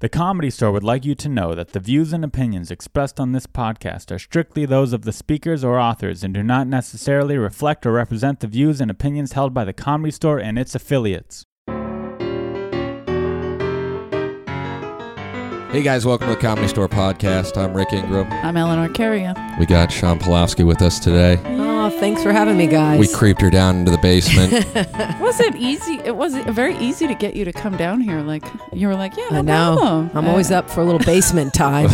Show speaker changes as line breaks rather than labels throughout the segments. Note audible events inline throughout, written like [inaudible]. The Comedy Store would like you to know that the views and opinions expressed on this podcast are strictly those of the speakers or authors and do not necessarily reflect or represent the views and opinions held by the Comedy Store and its affiliates.
Hey guys, welcome to the Comedy Store Podcast. I'm Rick Ingram.
I'm Eleanor Carrier.
We got Sean Pulowski with us today.
Oh, thanks for having me, guys.
We creeped her down into the
[laughs]
basement.
Was it easy? It was very easy to get you to come down here. Like you were like, yeah, no
I know.
problem.
I'm always
Uh,
up for a little
[laughs]
basement time.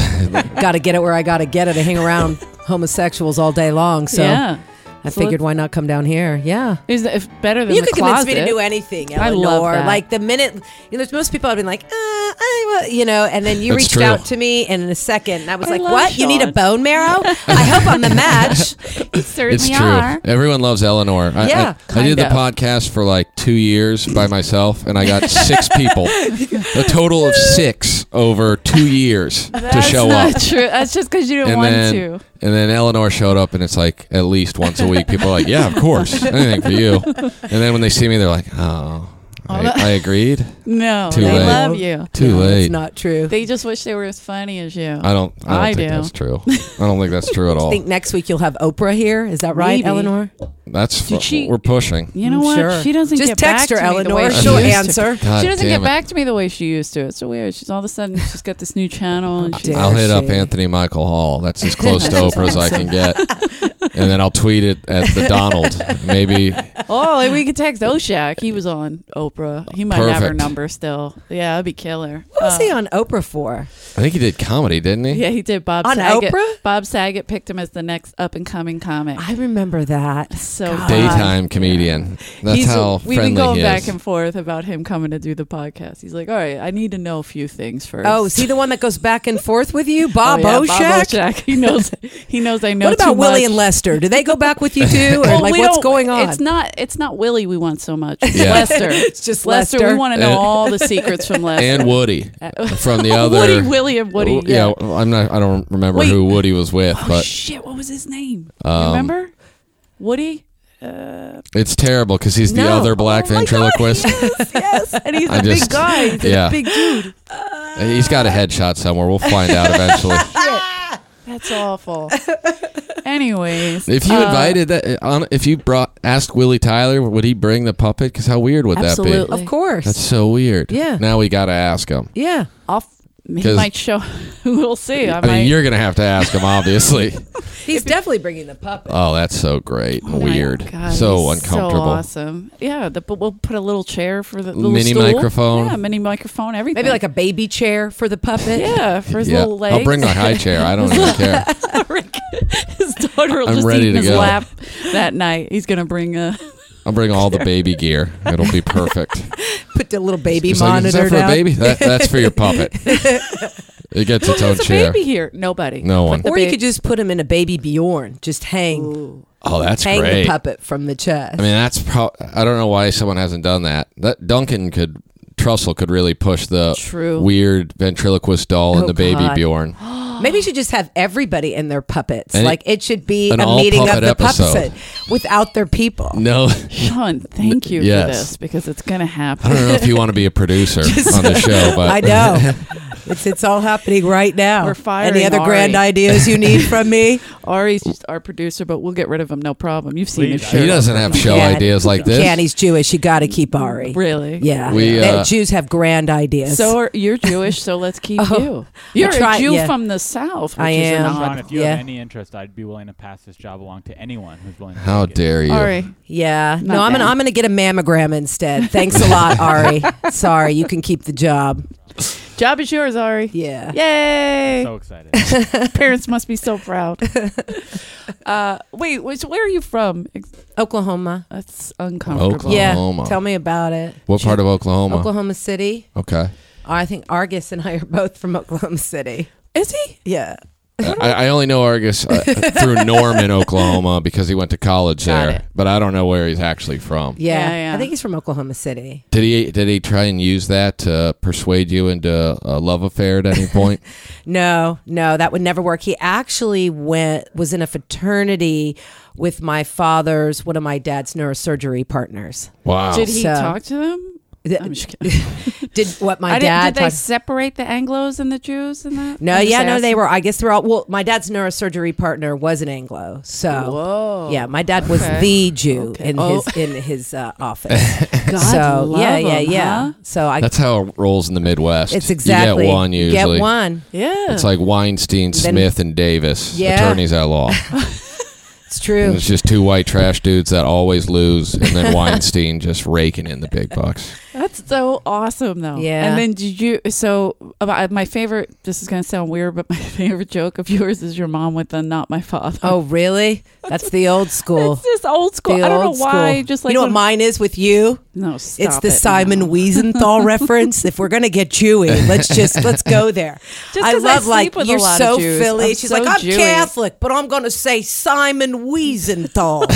got to get it where I got to get it. I hang around homosexuals all day long, so
yeah.
I
So let's-
figured why not come down here? Yeah.
Is it if better than
You
the
could
closet?
convince me to do anything, Eleanor.
I love that.
Like the minute, you know, there's most people I've been like, uh, I, wa- you know, and then you
That's
reached
true.
out to me, and in a second, and I was
I
like,
love
what? You need a
Sean."
bone marrow? I hope I'm the match.
You certainly
it's true.
are.
Everyone loves Eleanor. I,
Yeah,
I, I did
kind
the
of.
podcast for like two years by myself, and I
[laughs]
got six people, a total of six over two years to
That's
show
not
up.
true. That's just because you didn't
And
want
then,
to.
and then Eleanor showed up, and it's like at least once a week. People are like, "Yeah, of course, anything for you." And then when they see me, they're like, "Oh, I, I agreed.
No,
Too
they
late.
love you.
[laughs] Too
No,
late."
It's not true.
They just wish they were as funny as you.
I don't. I don't
I
think
do.
that's true. I don't think that's true at all.
I think next week you'll have Oprah here. Is that right,
Maybe.
Eleanor?
That's
Did
what
she-
we're pushing.
you know
I'm
what?
sure.
She doesn't
Just
get
text
back
her,
to me the way
Eleanor.
she
She'll
used to.
answer.
God
she doesn't
damn
get
it.
back to me the way she used to. It's so weird. She's all of a sudden she's got this new channel and she's
Dare
I'll hit up
she.
Anthony Michael Hall. That's
[laughs]
as close to Oprah as I can get. And then I'll tweet it at the Donald. Maybe
Oh, and we
[laughs]
could text Oshak. He was on Oprah. He might have her
Perfect.
number still. Yeah, that'd be killer.
What was
Uh,
he on Oprah for?
I think he did comedy, didn't he?
Yeah, he did. Bob
On
Saget.
Oprah?
Bob Saget picked him as the next up and coming comic.
I remember that.
So
God.
Daytime comedian. That's
He's-
how
we've been
friendly
going
he
back
is.
and forth about him coming to do the podcast. He's like, "All right, I need to know a few things first.
Oh, is he the one that goes back and forth with you,
Oh,
Bob
yeah,
Oshak?
Oshak. He knows. He knows. I know.
what
too
about Willie
much.
and Lester? Do they go back
[laughs]
with you too, or
Well,
like
we
what's
don't-
going on?
It's not. It's not Willie we want so much. It's
Yeah.
Lester.
[laughs] It's just
Lester. We
Lester. [laughs]
want to know
And-
all the secrets from
[laughs]
Lester.
and
[laughs]
Woody from the
Oh,
other.
Woody, Willie, and Woody.
Oh,
Yeah.
well, I'm not. I don't remember
Wait.
who Woody was with,
Oh
but
shit! What was his name?
Um,
Remember? Woody. Uh,
it's terrible because he's the
No.
other black
oh my God, [laughs]
ventriloquist.
yes,
[laughs]
yes. and he's
I
a
just-
big guy. He's
yeah.
a big
[laughs]
dude.
He's got a headshot somewhere. We'll find out eventually.
Ah!
That's awful. Anyways,
If you
uh,
invited that, on, if you brought asked Willie Tyler, would he bring the puppet? Because how weird would that
Absolutely.
be?
of course.
That's so weird.
Yeah.
Now we got to ask him.
yeah.
I'll, f- he
'Cause-
might show. [laughs] we'll see. I,
I mean,
might.
you're gonna have to ask him, obviously.
[laughs]
He's definitely bringing the puppet.
Uh,
oh, that's so great and
Oh my
weird,
God,
so
he's
uncomfortable.
So awesome. Yeah, the, but we'll put a little chair for the little
Mini
stool.
microphone.
Yeah, mini microphone. Everything.
Maybe like a baby chair for the puppet.
yeah for his
Yeah,
little legs.
I'll bring my high chair. I
[laughs]
don't even care.
Rick, his daughter will
I'm
just
ready
eat in
to
his
go.
lap that night. He's gonna bring a.
I'll bring all the baby gear. It'll be
[laughs]
perfect.
Put the little baby
It's like, is that
monitor
for
down.
a baby? That, that's for your
[laughs]
puppet. It gets its own
There's a
chair.
baby here. Nobody.
No one.
the
Or you
ba-
could just put him in a baby Bjorn. Just hang,
Oh, that's
hang
great.
the puppet from the chest.
I mean, that's pro- I don't know why someone hasn't done that. That Duncan could Trussell could really push the
True.
weird ventriloquist doll and
Oh,
the baby
God. [gasps]
Bjorn.
Maybe you should just have everybody in their puppets.
And it-
like it should be
an
a
all
meeting
puppet
of the
episode.
puppet without their people.
No,
Sean, thank you
Yes.
for this because it's gonna
I [laughs]
happen.
don't know if you want to be a
[laughs]
producer on the show, but [laughs]
I know. It's it's all happening right now.
We're firing
Any other grand
Ari.
ideas you need from me?
Ari's just our producer, but we'll get rid of him. No problem. You've seen his
Please.
shirt.
he doesn't have show
Can't.
ideas like [laughs]
Can't.
this.
He's Jewish. You got to keep Ari.
Really?
Yeah.
We,
They-
uh,
Jews have grand ideas.
So are, you're Jewish, so let's keep
[laughs] Oh,
you. You're
try-
a Jew
yeah.
from the South, which
I
is
am.
an
Sean,
odd.
if you
Yeah.
have any interest, I'd be willing to pass this job along to anyone who's willing to
How
take it.
dare you?
Ari,
yeah. No,
Not
I'm gonna
bad.
I'm gonna get a mammogram instead. Thanks a
[laughs]
lot, Ari. Sorry, you can keep the job.
job is yours, Ari.
Yeah.
Yay!
So excited.
Parents must be so
[laughs]
proud. uh, wait, which, where are you from? Ex-
Oklahoma.
That's uncomfortable.
Oklahoma.
Yeah. Tell me about it.
What part of Oklahoma?
Oklahoma City.
Okay,
Oh, I think Argus and I are both from Oklahoma City.
Is he?
Yeah.
I, I only know Argus
[laughs]
uh, through Norman, Oklahoma, because he went to college
Got
there,
it.
but I don't know where he's actually from.
Yeah.
Yeah, yeah.
I think he's from Oklahoma City.
Did he did he try and use that to persuade you into a love affair at any
[laughs]
point?
No, no, that would never work. He actually went was in a fraternity with my father's one of my dad's neurosurgery partners.
wow.
Did he
So-
talk to them? I'm just
[laughs]
kidding.
did what my
I didn't- did
dad
they
taught-
separate the Anglo's and the Jews and that?
No,
I'm
yeah,
just
no, they
asking.
were. I guess they're all. Well, my dad's neurosurgery partner was an Anglo, so
Whoa.
oh. yeah, my dad was
Okay.
the Jew
Okay.
in
Oh.
his in his uh, office.
[laughs] God
so
love
yeah, yeah,
'em,
yeah.
huh?
So I,
That's how it rolls in the Midwest.
it's exactly
You get one
You
usually.
get one.
Yeah.
It's like Weinstein,
Then-
Smith, and Davis,
Yeah.
attorneys at
[laughs]
law.
It's true.
And it's just two white trash dudes that always lose, and
[laughs]
then Weinstein just raking in the big bucks.
That's so awesome, though.
Yeah.
And then did you? So about my favorite. This is gonna sound weird, but [laughs] my favorite joke of yours is your mom with the "not my father."
Oh, really? That's the old
[laughs]
school.
it's just old school.
The
I don't know
old
why.
school.
Just like
you know what
when-
mine is with you.
no,
It's
stop
the
it
Simon
now.
[laughs] Wiesenthal reference. If we're gonna get Jewy, let's just let's [laughs] go there.
Just
I
'cause
love
sleep
like
with a
you're
lot
so
of Jews.
Philly.
I'm
She's
so
like I'm
Jewy.
Catholic, but I'm gonna say Simon [laughs] Wiesenthal,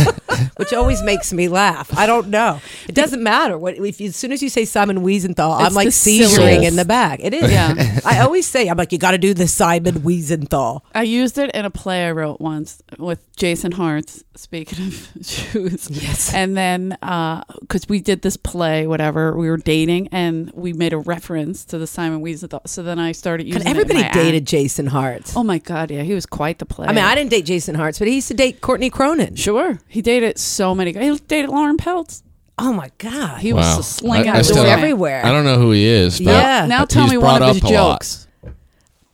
which always makes me laugh. I don't know. It doesn't matter what if you, as soon as you say Simon Wiesenthal, I'm
It's
like
the syllable.
seizuring in the back. It is.
Yeah.
I always say I'm like you got to do the Simon Wiesenthal.
I used it in a play I wrote once with Jason Hartz. Speaking of [laughs] Jews,
Yes.
And then, because we did this play, whatever we were dating, and we made a reference to the Simon Wiesenthal. So then I started using.
And
it in
everybody
my act.
dated Jason Hartz.
Oh my god, yeah, he was quite the player.
I mean, I didn't date Jason Hartz, but he used to date Courtney Cronin.
Sure, he dated so many. guys. He dated Lauren Peltz.
Oh my God.
He
Wow.
was a sling
I-
out
I
the
still
door
don't-
everywhere.
I don't know who he is, but
Yeah.
Now tell
he's
me
brought
one of his
up a lot.
jokes.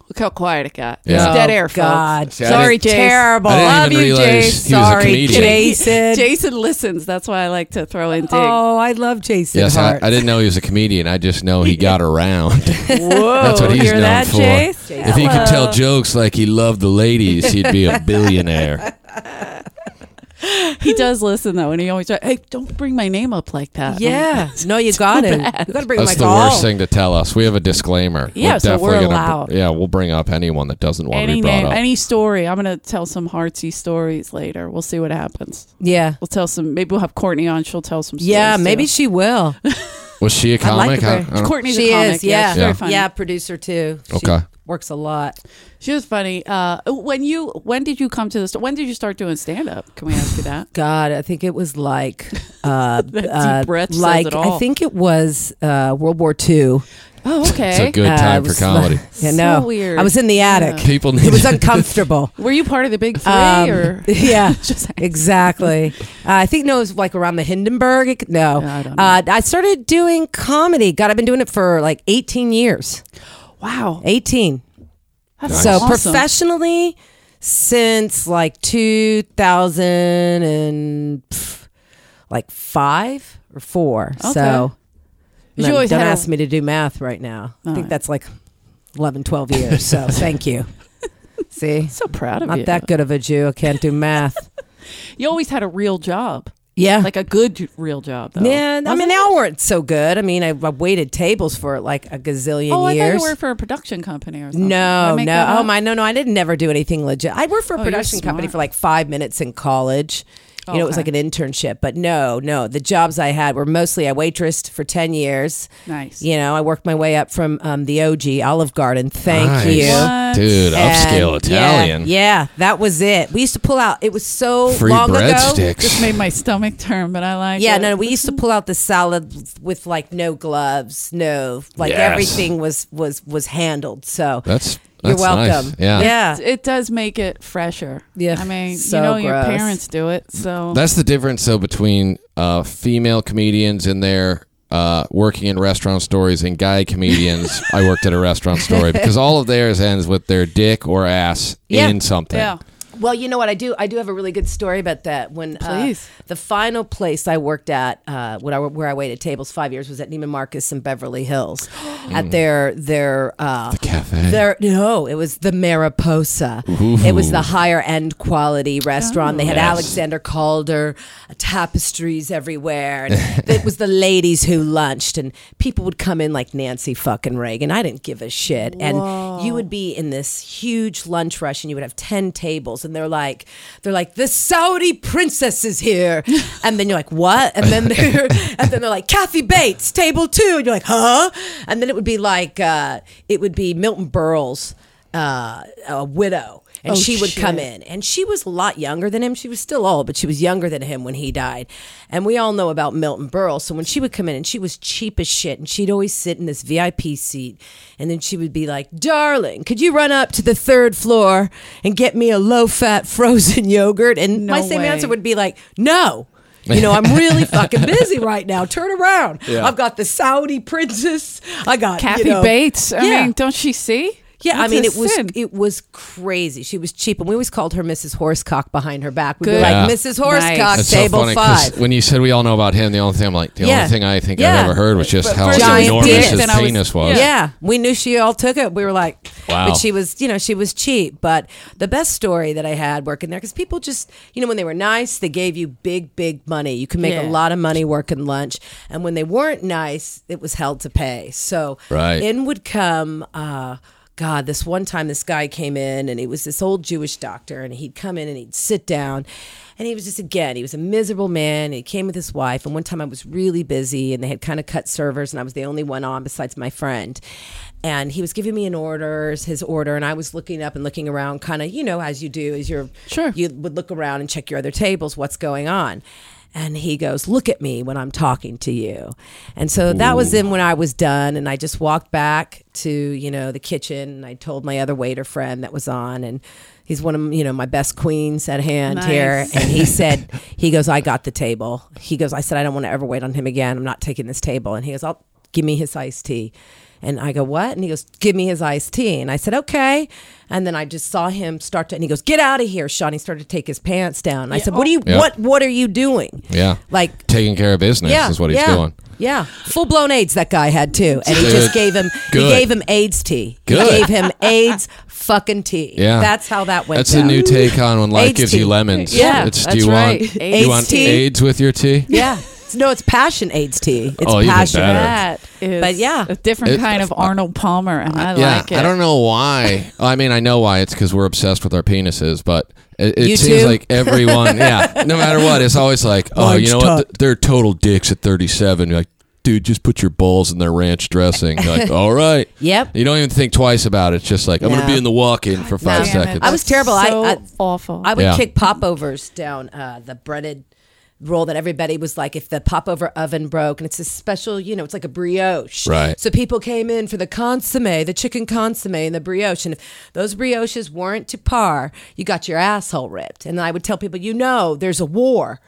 Look how quiet it got.
Yeah.
It's dead air,
Oh, God.
folks.
See, I
Sorry,
didn't-
Jason.
Terrible.
I didn't
Love
even
you,
realize
Jay.
he was a
Sorry,
comedian.
Jason.
Jason listens. That's why I like to throw in digs.
Oh, I love Jason
Yes, I,
Hartz.
I didn't know he was a comedian. I just know
[laughs]
he got around. [laughs]
Whoa,
That's
Oh,
what he's
hear
known
that,
for.
Jace?
Jason.
if he could tell jokes like he loved the ladies, he'd be a
[laughs]
billionaire.
He does listen though, and he always hey, don't bring my name up like that. [laughs]
Yeah. No, you got it. You got to bring
That's
my
the
call.
worst thing to tell us. We have a disclaimer.
Yeah, so we're
definitely gonna br-
allowed.
yeah, we'll bring up anyone that doesn't want to
Any
be brought
name,
up.
any story. I'm gonna tell some heartsy stories later. We'll see what happens.
Yeah.
We'll tell some. Maybe we'll have Courtney on. She'll tell some. Stories
Yeah,
too.
maybe she will.
Was she a
I
comic?
like the
I-
very-
I don't-
Courtney's
she
a comic.
is, yeah.
she's very
Yeah.
funny.
Yeah, producer too. She
Okay.
works a lot.
She was funny. Uh, when you when did you come to this? When did you start doing stand up? Can we ask you
[laughs]
that?
God, I think it
[laughs]
was like, uh,
deep
uh,
breath says
like
it all.
I think it was uh, World War II.
Oh, okay.
It's a good
Uh, it
time for
[laughs] was
comedy.
like- yeah, no,
So weird.
I was in the attic.
People need
It was uncomfortable.
Were you part of the big three
Um,
or
[laughs] yeah,
[laughs] just?
exactly. Uh, I think no, it was like around the Hindenburg. It- No,
I don't know.
uh, I started doing comedy. God, I've been doing it for like 18 years.
wow.
18.
That's
So
awesome.
professionally, since like 2000 and pff, like five or four.
Okay.
So
You
no,
always
don't
had a-
ask me to do math right now. I
All
think
right.
that's like 11, 12 years. So
[laughs]
thank you. See,
So proud of
not
you.
that good of a Jew. I can't do math.
You always had a real job,
Yeah.
like a good j- real job though.
yeah, I
Wasn't it?
mean, they all weren't so good. I mean, I, I waited tables for like a gazillion
Oh, I thought
years.
you worked for a production company or something. Did I
No,
make
no.
that
Oh
up?
my, no, no. I didn't never do anything legit. I worked for a
Oh, you're
production company
smart.
for like five minutes in college. You know, it was like
Okay.
an internship, but no, no. The jobs I had were mostly I waitressed for ten years.
Nice.
You know, I worked my way up from um, the OG Olive Garden. Thank
Nice.
you.
What?
dude.
And
Upscale Italian.
Yeah, yeah, that was it. We used to pull out. It was so
Free
long ago.
Just
breadsticks.
made my stomach turn, but I like.
Yeah,
it.
no, we used to pull out the salad with like no gloves, no like
Yes.
everything was was was handled. So
That's
you're
that's nice.
welcome.
Yeah.
yeah,
It does make it fresher.
Yeah,
I mean,
so
you know, your
gross.
parents do it, so
That's the difference though between uh, female comedians in their uh, working in restaurant stories and guy comedians. I worked at a restaurant story because all of theirs ends with their dick or ass
Yeah.
in something.
yeah.
Well, you know what I do. I do have a really good story about that. When uh,
Please.
the final place I worked at, uh, when I, where I waited tables five years, was at Neiman Marcus in Beverly [gasps] Hills, at their their uh, the
cafe.
Their no, it was the Mariposa. It was the higher end quality restaurant. they had
Yes.
Alexander Calder uh, tapestries everywhere. And [laughs] it was the ladies who lunched, and people would come in like Nancy fucking Reagan. I didn't give a shit, and you would be in this huge lunch rush, and you would have ten tables, and they're like, they're like, the Saudi princess is here, and then you're like, what? And then they're, and then they're like, Kathy Bates, table two, and you're like, huh? And then it would be like, uh, it would be Milton Berle's uh, a widow, and
Oh,
she would come
shit.
in, and she was a lot younger than him. She was still old, but she was younger than him when he died. And we all know about Milton Berle. So when she would come in, and she was cheap as shit, and she'd always sit in this VIP seat, and then she would be like, "Darling, could you run up to the third floor and get me a low-fat [laughs] frozen yogurt?" And
No
my same
way.
answer would be like, "No." You know, I'm really
[laughs]
fucking busy right now. Turn around.
Yeah.
I've got the Saudi princess. I got
Kathy
you know-
Bates. I
Yeah.
mean, don't she see?
Yeah, I
That's
mean
a
it was
sin.
it was crazy. She was cheap, and we always called her Mrs. Horsecock behind her back. We'd be
Good.
Yeah.
like Mrs. Horsecock,
Nice.
That's so
table
funny 'cause
five.
when you said we all know about him, the only thing I'm like, the
Yeah.
only thing I think
Yeah.
I've ever heard was just
But
how
first
it was
enormous
dick,
his
then I was-
penis was.
Yeah.
Yeah.
we knew she all took it. We were like,
Wow.
but she was, you know, she was cheap. But the best story that I had working there, because people just, you know, when they were nice, they gave you big, big money. You could make a
Yeah.
lot of money working lunch. And when they weren't nice, it was hell to pay. So
Right.
in would come, uh, God, this one time this guy came in and he was this old Jewish doctor and he'd come in and he'd sit down and he was just, again, he was a miserable man. He came with his wife. And one time I was really busy and they had kind of cut servers and I was the only one on besides my friend. And he was giving me an orders, his order, and I was looking up and looking around, kind of, you know, as you do, as you're,
Sure.
you would look around and check your other tables, what's going on. And he goes, Look at me when I'm talking to you. And so that was then when I was done. And I just walked back to, you know, the kitchen. And I told my other waiter friend that was on, and he's one of, you know, my best queens at hand
Nice.
here. And
[laughs]
he said, He goes, I got the table. He goes, I said, I don't want to ever wait on him again. I'm not taking this table. And he goes, I'll give me his iced tea. And I go, what? And he goes, give me his iced tea. And I said, okay. And then I just saw him start to, and he goes, get out of here, Sean. He started to take his pants down. And I said, what do you,
Yeah.
what, what are you doing?
Yeah.
Like,
Taking care of business
yeah,
is what he's
yeah,
doing.
Yeah, full blown AIDS that guy had too, and he
Dude,
just gave him, he
good.
gave him AIDS tea.
Good.
He gave him [laughs] AIDS fucking tea.
Yeah.
that's how that went.
That's
down.
a new take on when life
AIDS
gives
tea.
you lemons.
Yeah,
It's, do
that's
you
right.
want
AIDS
you want
tea.
AIDS with your tea?
Yeah, It's- no, it's passion AIDS tea. It's
Oh, even
passion.
better.
That is
But yeah.
a different
It-
kind of Arnold Palmer, and I,
yeah,
like it.
I don't know why. I mean, I know why. It's because we're obsessed with our penises, but it,
You
it seems
too?
like everyone, yeah, no matter what, it's always like, oh,
Mine's
you know
tough.
what? Th- They're total dicks at 37. You're like, dude, just put your balls in their ranch dressing. You're like, all right.
Yep.
You don't even think twice about it. It's just like, I'm going
No.
to be in the walk in for five
Damn it.
seconds.
I was terrible. I-
So
I-
awful.
I would
Yeah.
kick popovers down uh, the breaded roll that everybody was like, if the popover oven broke, and it's a special, you know, it's like a brioche.
Right.
So people came in for the consomme, the chicken consomme, and the brioche. And if those brioches weren't to par, you got your asshole ripped. And I would tell people, you know, there's a war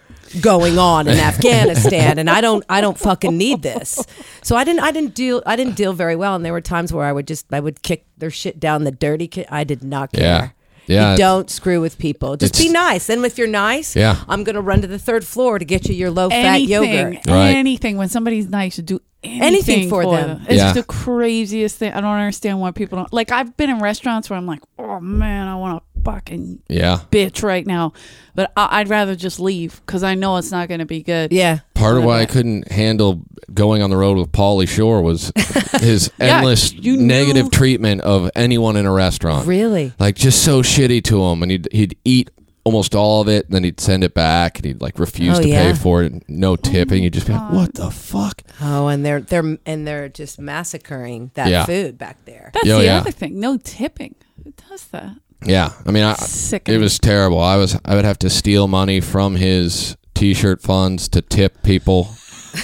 going
[laughs]
on in Afghanistan and I don't I don't fucking need this. So I didn't I didn't deal I didn't deal very well and there were times where I would just I would kick their shit down the dirty ki- I did not care.
Yeah. Yeah.
You don't screw with people. Just
It's-
be nice. And if you're nice,
Yeah.
I'm going to run to the third floor to get you your low fat
anything,
yogurt.
Right.
anything. When somebody's nice, you do anything,
Anything for
for,
them.
them. It's
Yeah.
the craziest thing. I don't understand why people don't like. I've been in restaurants where I'm like, oh man, I want to fucking
yeah.
bitch right now, but I- I'd rather just leave because I know it's not going to be good.
Yeah.
Part of why I couldn't handle going on the road with Paulie Shore was his
Yeah,
endless
you knew-
negative treatment of anyone in a restaurant.
Really?
like just so shitty to him and he'd, he'd eat almost all of it and then he'd send it back and he'd like refuse
Oh,
to
yeah.
pay for it and no tipping you'd just be like what the fuck
Oh, and they're they're and they're just massacring that
Yeah.
food back there.
That's
Yo,
the
Oh, yeah.
other thing. No tipping. Who does that?
yeah i mean I,
Sick.
it was terrible i was i would have to steal money from his t-shirt funds to tip people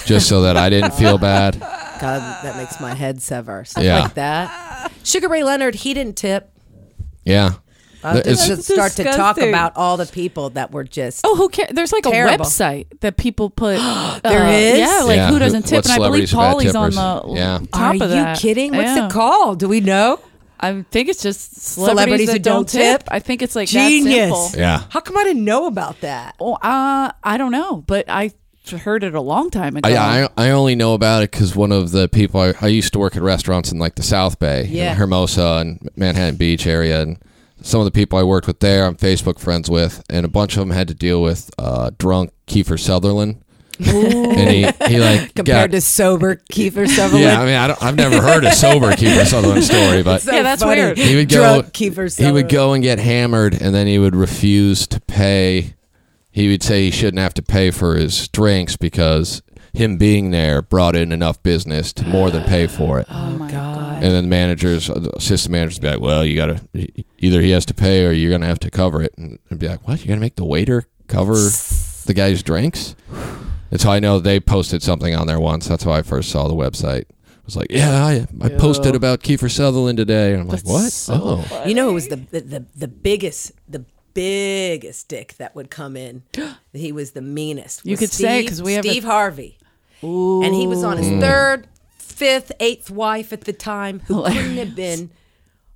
just so that i didn't feel bad
God, that makes my head sever. Stuff
Yeah.
like that. Sugar Ray Leonard, he didn't tip.
yeah
I'll just
It's-
just start to talk
disgusting.
about all the people that were just.
Oh, who cares? There's like
Terrible.
a website that people [gasps] put. uh,
There is?
Yeah, like
Yeah,
who
who-
doesn't tip?
what
And I believe
celebrities are bad
Paulie's on
tippers.
the
Yeah.
Are
top
you
of that.
kidding? What's
Yeah.
the call? Do we know?
I think it's just celebrities,
Celebrities
that
who
don't
don't tip?
tip. I think it's like That simple.
Genius.
Yeah.
How come I didn't know about that?
Oh, uh, I don't know, but I heard it a long time ago.
I, I, I only know about it because one of the people I, I used to work at restaurants in like the South Bay, in
Yeah.
Hermosa and Manhattan Beach area, and some of the people I worked with there, I'm Facebook friends with, and a bunch of them had to deal with uh, drunk Kiefer Sutherland, and he, he like
[laughs]
got-
Compared to sober Kiefer
[laughs]
Sutherland.
yeah, I mean I don't, I've never heard a sober Kiefer Sutherland story, but
[laughs] So
Yeah, that's
funny.
weird.
he would go
Drunk Kiefer
he
Sutherland.
would go and get hammered and then he would refuse to pay he would say he shouldn't have to pay for his drinks because him being there brought in enough business to more than pay for it
oh my god.
and then managers, assistant managers, be like, "Well, you got to either he has to pay or you're going to have to cover it," and and be like, "What? You're going to make the waiter cover the guy's drinks?" That's how I know they posted something on there once. That's how I first saw the website. It was like, "Yeah, I, I posted about Kiefer Sutherland today," and I'm like,
That's
"What?
so
oh,
You know, it was the the, the the biggest the biggest dick that would
[gasps]
come in. he was the meanest.
You
was
could
Steve,
say, 'cause we have a- Mm.
Steve Harvey, and he was on his third, fifth, eighth wife at the time, who couldn't have been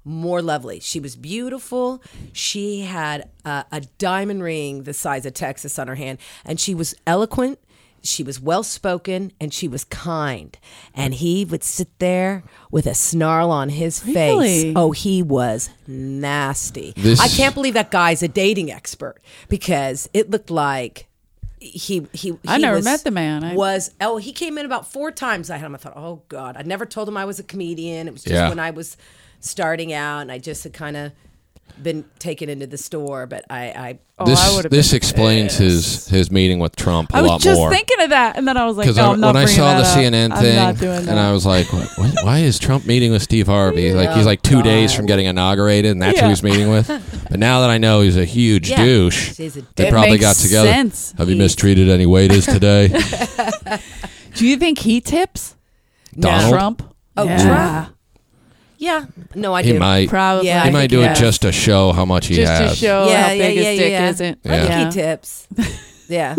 more lovely. She was beautiful. She had uh, a diamond ring the size of Texas on her hand, and she was eloquent. She was well spoken and she was kind. And he would sit there with a snarl on his
Really?
face. Oh, he was nasty.
This-
I can't believe that guy's a dating expert because it looked like he he.
I
he
never
was-
met the man. I-
was oh he came in about four times. I had him. I thought oh god. I never told him I was a comedian. It was just
Yeah.
when I was starting out and I just had kind of been taken into the store. But I I oh,
this
I would've
this
been
explains his his meeting with Trump a
I was
lot
just
more."
thinking of that, and then I was like,
because
no,
I
I'm not
when I
bringing
saw
that
the
up.
CNN
I'm
thing,
not doing that.
and I was like, "Why- why, why is Trump meeting with Steve Harvey? Like he's like two days from getting inaugurated, and that's who
Yeah.
he's meeting
[laughs]
with. But now that I know he's a huge
Yeah.
douche,
He's a
they
dick.
probably
Makes
got together. Uh,
sense.
Have you mistreated any
[laughs]
waiters today?
Do you think he tips
Donald?
Trump?
Oh,
yeah.
Trump. yeah no I
he
do.
might.
Probably.
Yeah,
he
I
might
think
do
he
it
has.
just to show how much he
just
has.
to show
Yeah,
how
yeah,
big
yeah,
his dick
yeah.
isn't.
I think
Yeah.
he tips.
[laughs]
Yeah,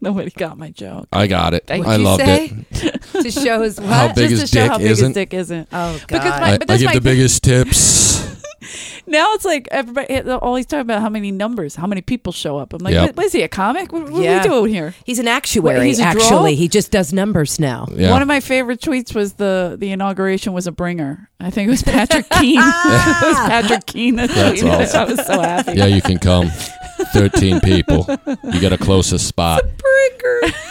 Nobody got my joke.
I got it.
What'd
I
you
loved
say?
it.
to show his what?
How big
just
his
to show
dick
how big
isn't?
his dick isn't.
oh god.
Because my-
I,
but
I
that's
give
my
the
thing.
biggest tips.
Now it's like everybody always talking about how many numbers, how many people show up. I'm like,
Yep.
what, what is he a comic? What, what
Yeah.
are we doing here?
He's an actuary.
Wait, he's a
actually,
draw?
he just does numbers now.
Yeah.
One of my favorite tweets was the the inauguration was a bringer. I think it was [laughs] Patrick Keene. it [laughs] was Patrick Keene that
That's
tweeted it.
awesome.
I was so happy.
yeah,
[laughs]
you can come. Thirteen people. You get a closest spot.
[laughs] Bringer.
[laughs]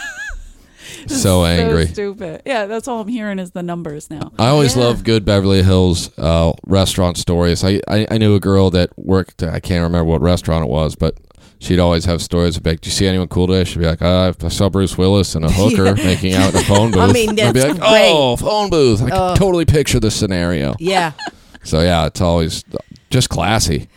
So angry.
So stupid. Yeah, that's all I'm hearing is the numbers now.
I always
Yeah.
love good Beverly Hills uh, restaurant stories. I, I, I knew a girl that worked, I can't remember what restaurant it was, but she'd always have stories about, do you see anyone cool today? She'd be like, "Ah, I saw Bruce Willis
[laughs]
and a hooker making out in a phone booth.
I mean,
And I'd be
that's
like, oh, phone booth. I can totally picture the scenario.
Yeah,
So, yeah, it's always just classy.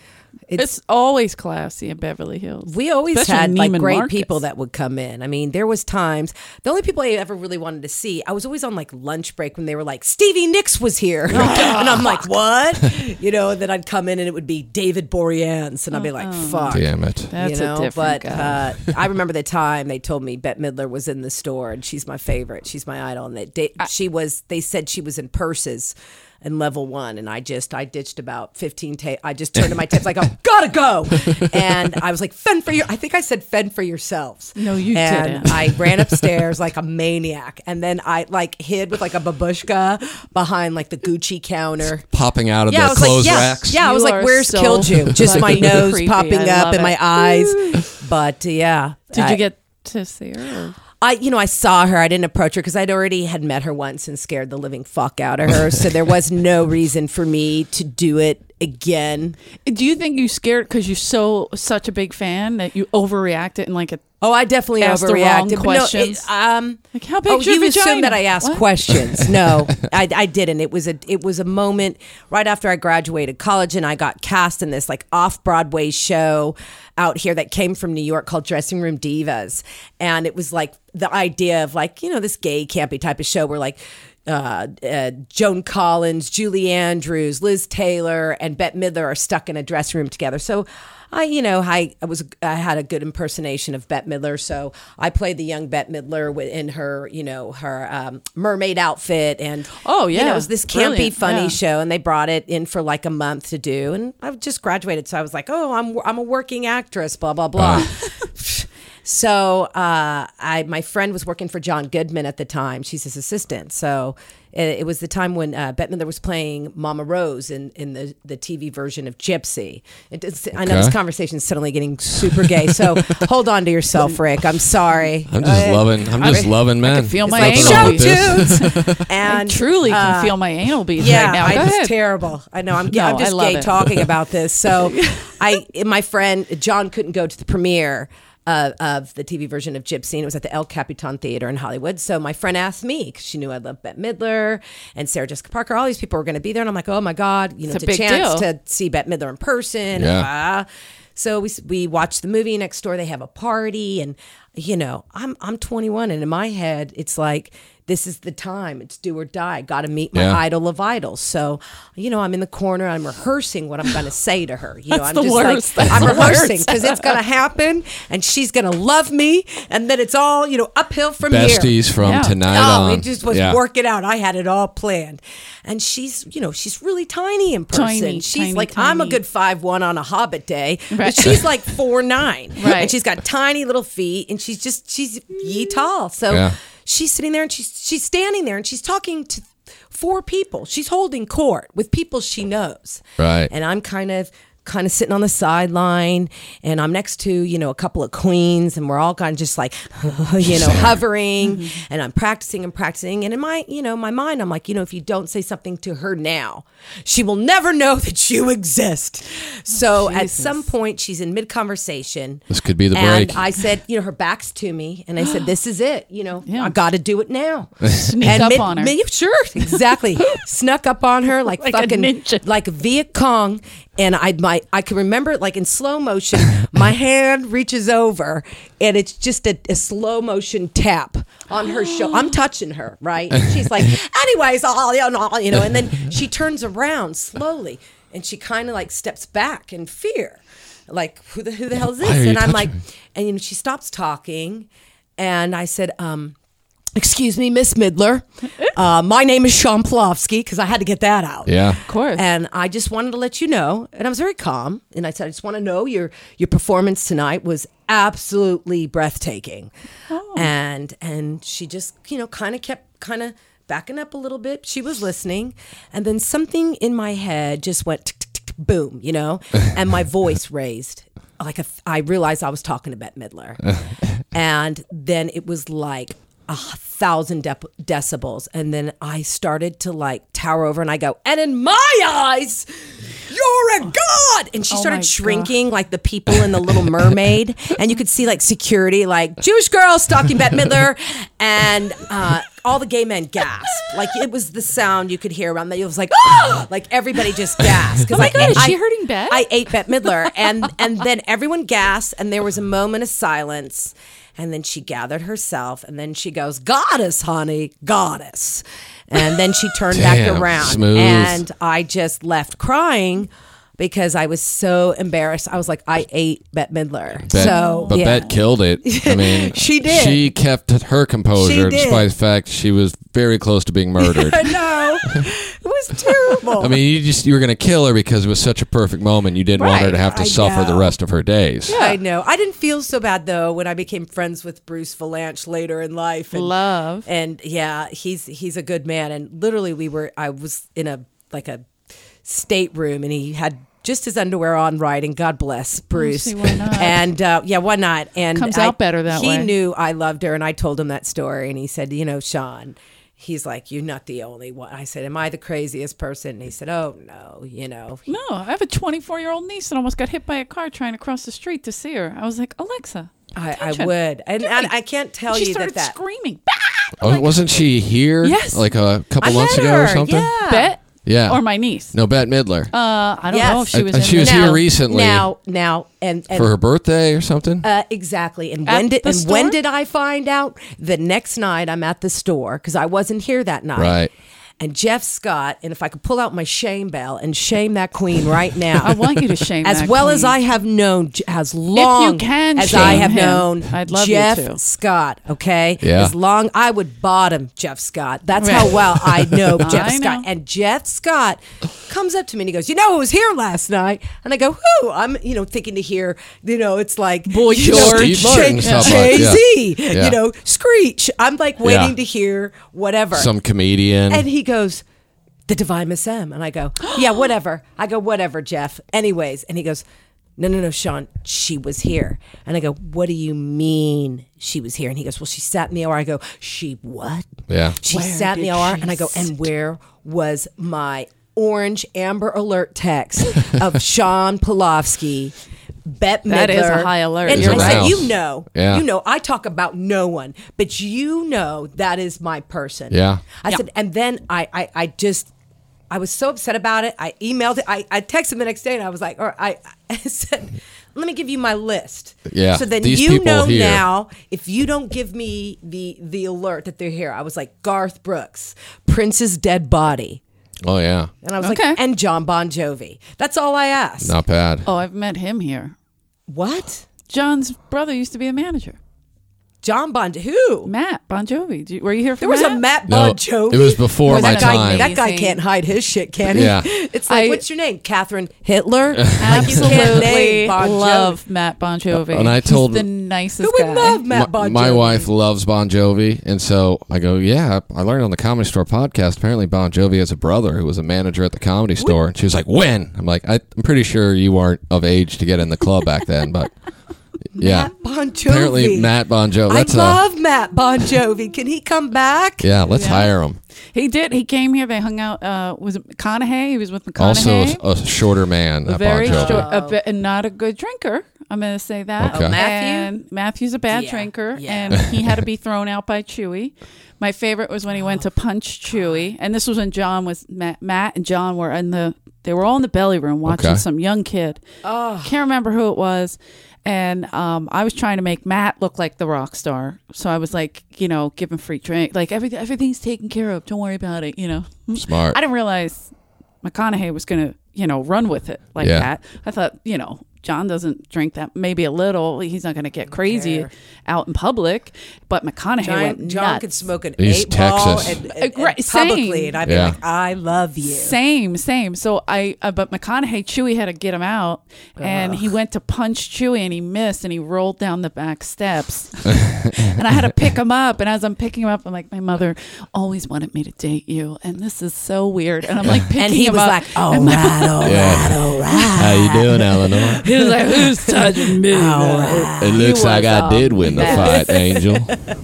It's always classy in Beverly Hills.
[laughs] We always
Especially
had like
Neiman
great
Marcus.
people that would come in. I mean, there was times the only people I ever really wanted to see. I was always on like lunch break when they were like Stevie Nicks was here,
Oh,
[laughs] and I'm like, what? You know, then I'd come in and it would be David Boreanaz, and I'd be
Oh.
like, fuck.
Damn it.
That's
you know,
a different
but
guy.
Uh, I remember the time they told me Bette Midler was in the store, and she's my favorite. She's my idol, and that da- she was. They said she was in purses. And level one, and I just I ditched about fifteen tapes. I just turned to my
[laughs]
tapes like, "I gotta go," and I was like, "Fend for your." I think I said, "Fend for yourselves."
No, you
and
didn't.
I ran upstairs like a maniac, and then I like hid with like a babushka behind like the Gucci counter.
Popping out of
Yeah, I
the
was
clothes
like, yeah,
racks.
yeah. I
You
was
are
like, "Where's
so
killed
[laughs]
you?" Just my
fucking
nose
creepy. I
popping up
love
and my
it.
eyes. But uh, yeah,
Did
I,
you get to see her?
I, you know, I saw her. I didn't approach her because I'd already had met her once and scared the living fuck out of her. so there was no reason for me to do it again.
Or? Do you think you scared because you're so such a big fan that you overreacted and like a
Oh, I definitely
Asked the wrong
overreacted. but no, it-
questions.
um,
Like, how big's
oh,
your
you assume
vagina?
that I asked
What?
questions. No,
[laughs]
I, I didn't. It was a it was a moment right after I graduated college and I got cast in this like off Broadway show out here that came from New York called Dressing Room Divas, and it was like the idea of like you know this gay campy type of show where like. Uh, uh, Joan Collins, Julie Andrews, Liz Taylor, and Bette Midler are stuck in a dressing room together. So I, you know, I, I was I had a good impersonation of Bette Midler, so I played the young Bette Midler wi- in her, you know, her um, mermaid outfit, and
Oh,
you know,
yeah.
it was this campy,
Brilliant.
funny
Yeah.
show, and they brought it in for like a month to do, and I just graduated, so I was like, oh, I'm I'm a working actress, blah blah blah.
Uh,
So uh, I, my friend was working for John Goodman at the time. She's his assistant. So it, it was the time when uh, Bette Midler was playing Mama Rose in, in the, the TV version of Gypsy. It, it's, I know this
Okay.
conversation's suddenly getting super gay. So
[laughs]
hold on to yourself, Rick. I'm sorry.
I'm just loving, I'm just loving men.
feel my
Nothing
anal
wrong
Show
with this. [laughs]
tunes.
I
And
truly
uh,
can feel my anal beads
yeah,
right now.
I-
Go
it's
ahead.
terrible. I know. I'm,
No,
I'm
I
just
love [laughs]
gay
it.
talking about this. So, I my friend John couldn't go to the premiere. uh, of the TV version of Gypsy, and it was at the El Capitan Theater in Hollywood. So my friend asked me because she knew I loved Bette Midler and Sarah Jessica Parker. All these people were going to be there, and I'm like, oh my god, you know,
It's
it's
a
a,
big
chance
deal.
to see Bette Midler in person.
Yeah.
Ah. so we s- we watched the movie next door. They have a party, and you know, I'm I'm 21, and in my head, it's like. This is the time. It's do or die. Got to meet my
Yeah.
idol of idols. So, you know, I'm in the corner. I'm rehearsing what I'm going to say to her. You know,
That's
I'm
the
just
worst.
like
That's
I'm
the
rehearsing
worst.
because it's going to happen, and she's going to love me, and then it's all you know uphill from here.
Besties from
Yeah.
tonight
No,
on.
it just was
Yeah.
working out. I had it all planned. And she's, you know, she's really tiny in person.
Tiny,
she's
tiny,
like, I'm a
tiny.
good five one on a Hobbit day,
Right.
but
[laughs]
she's like four nine,
Right.
and she's got tiny little feet, and she's just she's ye tall. So
Yeah.
she's sitting there and she's she's standing there and she's talking to four people. She's holding court with people she knows,
Right.
And I'm kind of kind of sitting on the sideline and I'm next to, you know, a couple of queens and we're all kind of just like [laughs] you know, hovering
Mm-hmm.
and I'm practicing and practicing. And in my, you know, my mind, I'm like, you know, if you don't say something to her now, she will never know [laughs] that you exist.
Oh,
So at some point, she's in mid conversation.
This could be the
and
break.
I said, you know, her back's to me. And I
[gasps]
said, this is it. You know,
Yeah.
I got to do it now.
Sneak
and
up
mid-
on her.
mid- sure,
[laughs]
exactly. Snuck up on her like,
Like a
fucking
ninja.
like Viet Cong, and I my I can remember it like in
[laughs]
slow motion. my hand reaches over, and it's just a, a slow motion tap on
[gasps]
her shoulder. I'm touching her, right? And
[laughs]
she's like, anyways, all you know, you know, and then she turns around slowly, and she kind of like steps back in fear, like who the who the hell is this?
are you
And I'm
touching
like,
me?
and you know, she stops talking, and I said, um. Excuse me, Miss Midler. Uh, my name is Sean Plofsky because I had to get that out.
Yeah.
Of course.
And I just wanted to let you know, and I was very calm, and I said, I just want to know your your performance tonight was absolutely breathtaking.
Oh.
And and she just, you know, kind of kept kind of backing up a little bit. She was listening, and then something in my head just went tick, tick, tick, tick, boom, you know, and my voice raised. Like a, I realized I was talking to Bette Midler, and then it was like a thousand dep decibels and then i started to like tower over and i go and in my eyes you're a god and she
Oh my
started shrinking like the people in the little mermaid and you could see like security like jewish girl stalking bette midler and uh, all the gay men gasped like it was the sound you could hear around that it was like [gasps] ah! like everybody just gasped because
Oh my God, is she hurting Bette?
I ate Bette Midler, and and then everyone gasped, and there was a moment of silence, and then she gathered herself, and then she goes, "Goddess, honey, goddess," and then she turned back
Damn,
around,
smooth.
and I just left crying because I was so embarrassed. I was like, "I ate Bette Midler,"
Bet,
so
but
yeah.
Bet killed
[laughs]
it. I mean,
She did.
She kept her composure
She did.
despite the fact she was very close to being murdered.
[laughs] I know it was terrible.
I mean, you just you were gonna kill her because it was such a perfect moment. You didn't want her
Right,
to have to
I
suffer the
know.
rest of her days.
I know. I didn't feel so bad though when I became friends with Bruce Valanche later in life. And,
Love.
And yeah, he's he's a good man. And literally, we were. I was in a like a stateroom, and he had just his underwear on, right? And God bless Bruce.
see, why not?
And uh, yeah, why not? And
Comes
I-
out better that
he
way.
knew I loved her, and I told him that story, and he said, you know, Sean. He's like, you're not the only one. I said, am I the craziest person? And he said, oh no, you know,
No, I have a 24 year old niece that almost got hit by a car trying to cross the street to see her. I was like, Alexa,
I, I
attention.
would, and,
Give
and
me-
I can't tell
she
you
started
that that
screaming.
Oh, wasn't she here?
Yes.
Like a couple
I
months
had
ago or
her,
something.
yeah.
Bet
Yeah.
or my niece.
No, Bet Midler.
Uh, I don't know if
Yes.
she was.
And
in
she was
there.
here recently.
Now, now, and, and
for her birthday or something.
uh, exactly. And
At
when did
the
and when
store?
did I find out? The next night, I'm at the store because I wasn't here that night.
Right.
And Jeff Scott, and if I could pull out my shame bell and shame that queen
[laughs]
right now,
I want you to shame
as
that
well
queen.
as I have known J- as long
can
as I
shame
have
him,
known
I'd love you
Jeff
to.
Scott. Okay,
Yeah.
as long I would bottom Jeff Scott. That's
Right.
how well I
[laughs]
know Jeff
I
Scott.
know.
And Jeff Scott comes up to me and he goes, "You know, who was here last night?" And I go, "Who?" I'm you know thinking to hear you know it's like
Boy
you
George.
know,
Steve Martin
Jay-
stuff like- yeah.
Jay-Z,
Yeah.
you know, Screech. I'm like waiting
Yeah.
to hear whatever.
Some comedian.
And he goes, The Divine Miss M. And I go, Yeah, whatever. I go, Whatever, Jeff. Anyways. And he goes, No, no, no, Sean, she was here. And I go, What do you mean she was here? And he goes, Well, she sat in the OR. I go, She what?
yeah.
She
Where
sat in the
did
OR.
she
And I go, And where was
[laughs]
my orange amber alert text of Sean Polofsky? Bette Midler.
That is a high alert.
And
It's
I said,
aroused.
you know,
Yeah.
you know, I talk about no one, but you know that is my person.
Yeah.
I
Yeah.
said, and then I, I, I just, I was so upset about it. I emailed it. I, I texted him the next day, and I was like, or I, [laughs] I said, let me give you my list.
Yeah,
So then
these
you
people
know
here.
now if you don't give me the the alert that they're here. I was like Garth Brooks, Prince's dead body.
Oh yeah,
And I was
Okay.
like, and John Bon Jovi. That's all I asked.
not bad.
Oh, I've met him here.
What?
John's brother used to be a manager.
John Bon Who?
Matt Bon Jovi. Do you- were you here for
There was
Matt?
a Matt
No,
Bon Jovi.
it was before
That
my
guy-
time.
That guy
Amazing.
can't hide his shit, can he?
Yeah.
[laughs] It's like,
I-
what's your name? Catherine
[laughs]
Hitler? like you can't
Absolutely
name Bon Jovi.
love Matt Bon Jovi.
Uh, And I told-
He's the nicest
Who would
guy.
love Matt
my,
Bon Jovi?
my wife loves Bon Jovi, and so I go, yeah. I learned on the Comedy Store podcast. Apparently, Bon Jovi has a brother who was a manager at the Comedy Store, and she was like, "When?" I'm like, I, "I'm pretty sure you weren't of age to get in the club back then, but yeah."
Matt Bon Jovi.
Apparently, Matt Bon Jovi.
I
That's a
love Matt Bon Jovi. Can he come back?
yeah. Let's hire him.
He did. He came here. They hung out. Uh, was it McConaughey? He was with
Also,
McConaughey.
a, a shorter man. that
very
bon Jovi.
short, a bit, and not a good drinker. I'm going to say that.
Okay. Oh,
Matthew?
And Matthew's a bad
Yeah,
drinker,
yeah.
and he had to be thrown out by Chewy. My favorite was when he
Oh,
went to punch Chewy, and this was when John was Matt, Matt and John were in the they were all in the belly room watching
Okay.
some young kid. Oh. Can't remember who it was. And um, I was trying to make Matt look like the rock star, so I was like, you know, give him free drink, like everything, everything's taken care of. Don't worry about it, you know.
Smart.
I didn't realize McConaughey was going to, you know, run with it like
Yeah.
that. I thought, you know, John doesn't drink that, maybe a little. He's not going to get crazy out in public. But McConaughey
John,
went
John
nuts.
could smoke an
He's
eight ball
Texas.
and, and,
Uh, right,
and
same.
publicly, and I'd be
Yeah.
like, I love you.
Same, same. So I, uh, but McConaughey, Chewy had to get him out, and he went to punch Chewy, and he missed, and he rolled down the back steps, [laughs] and I had to pick him up. And as I'm picking him up, I'm like, my mother always wanted me to date you, and this is so weird. And I'm like picking
[laughs] And he
him
was
up,
like,
and
all
my- [laughs]
right, all right, all right.
How you doing, Eleanor?
He was like,
"Oh."
"Who's touching [laughs] me?" uh,
It looks
was
like I
a
did win the
mess.
fight, Angel.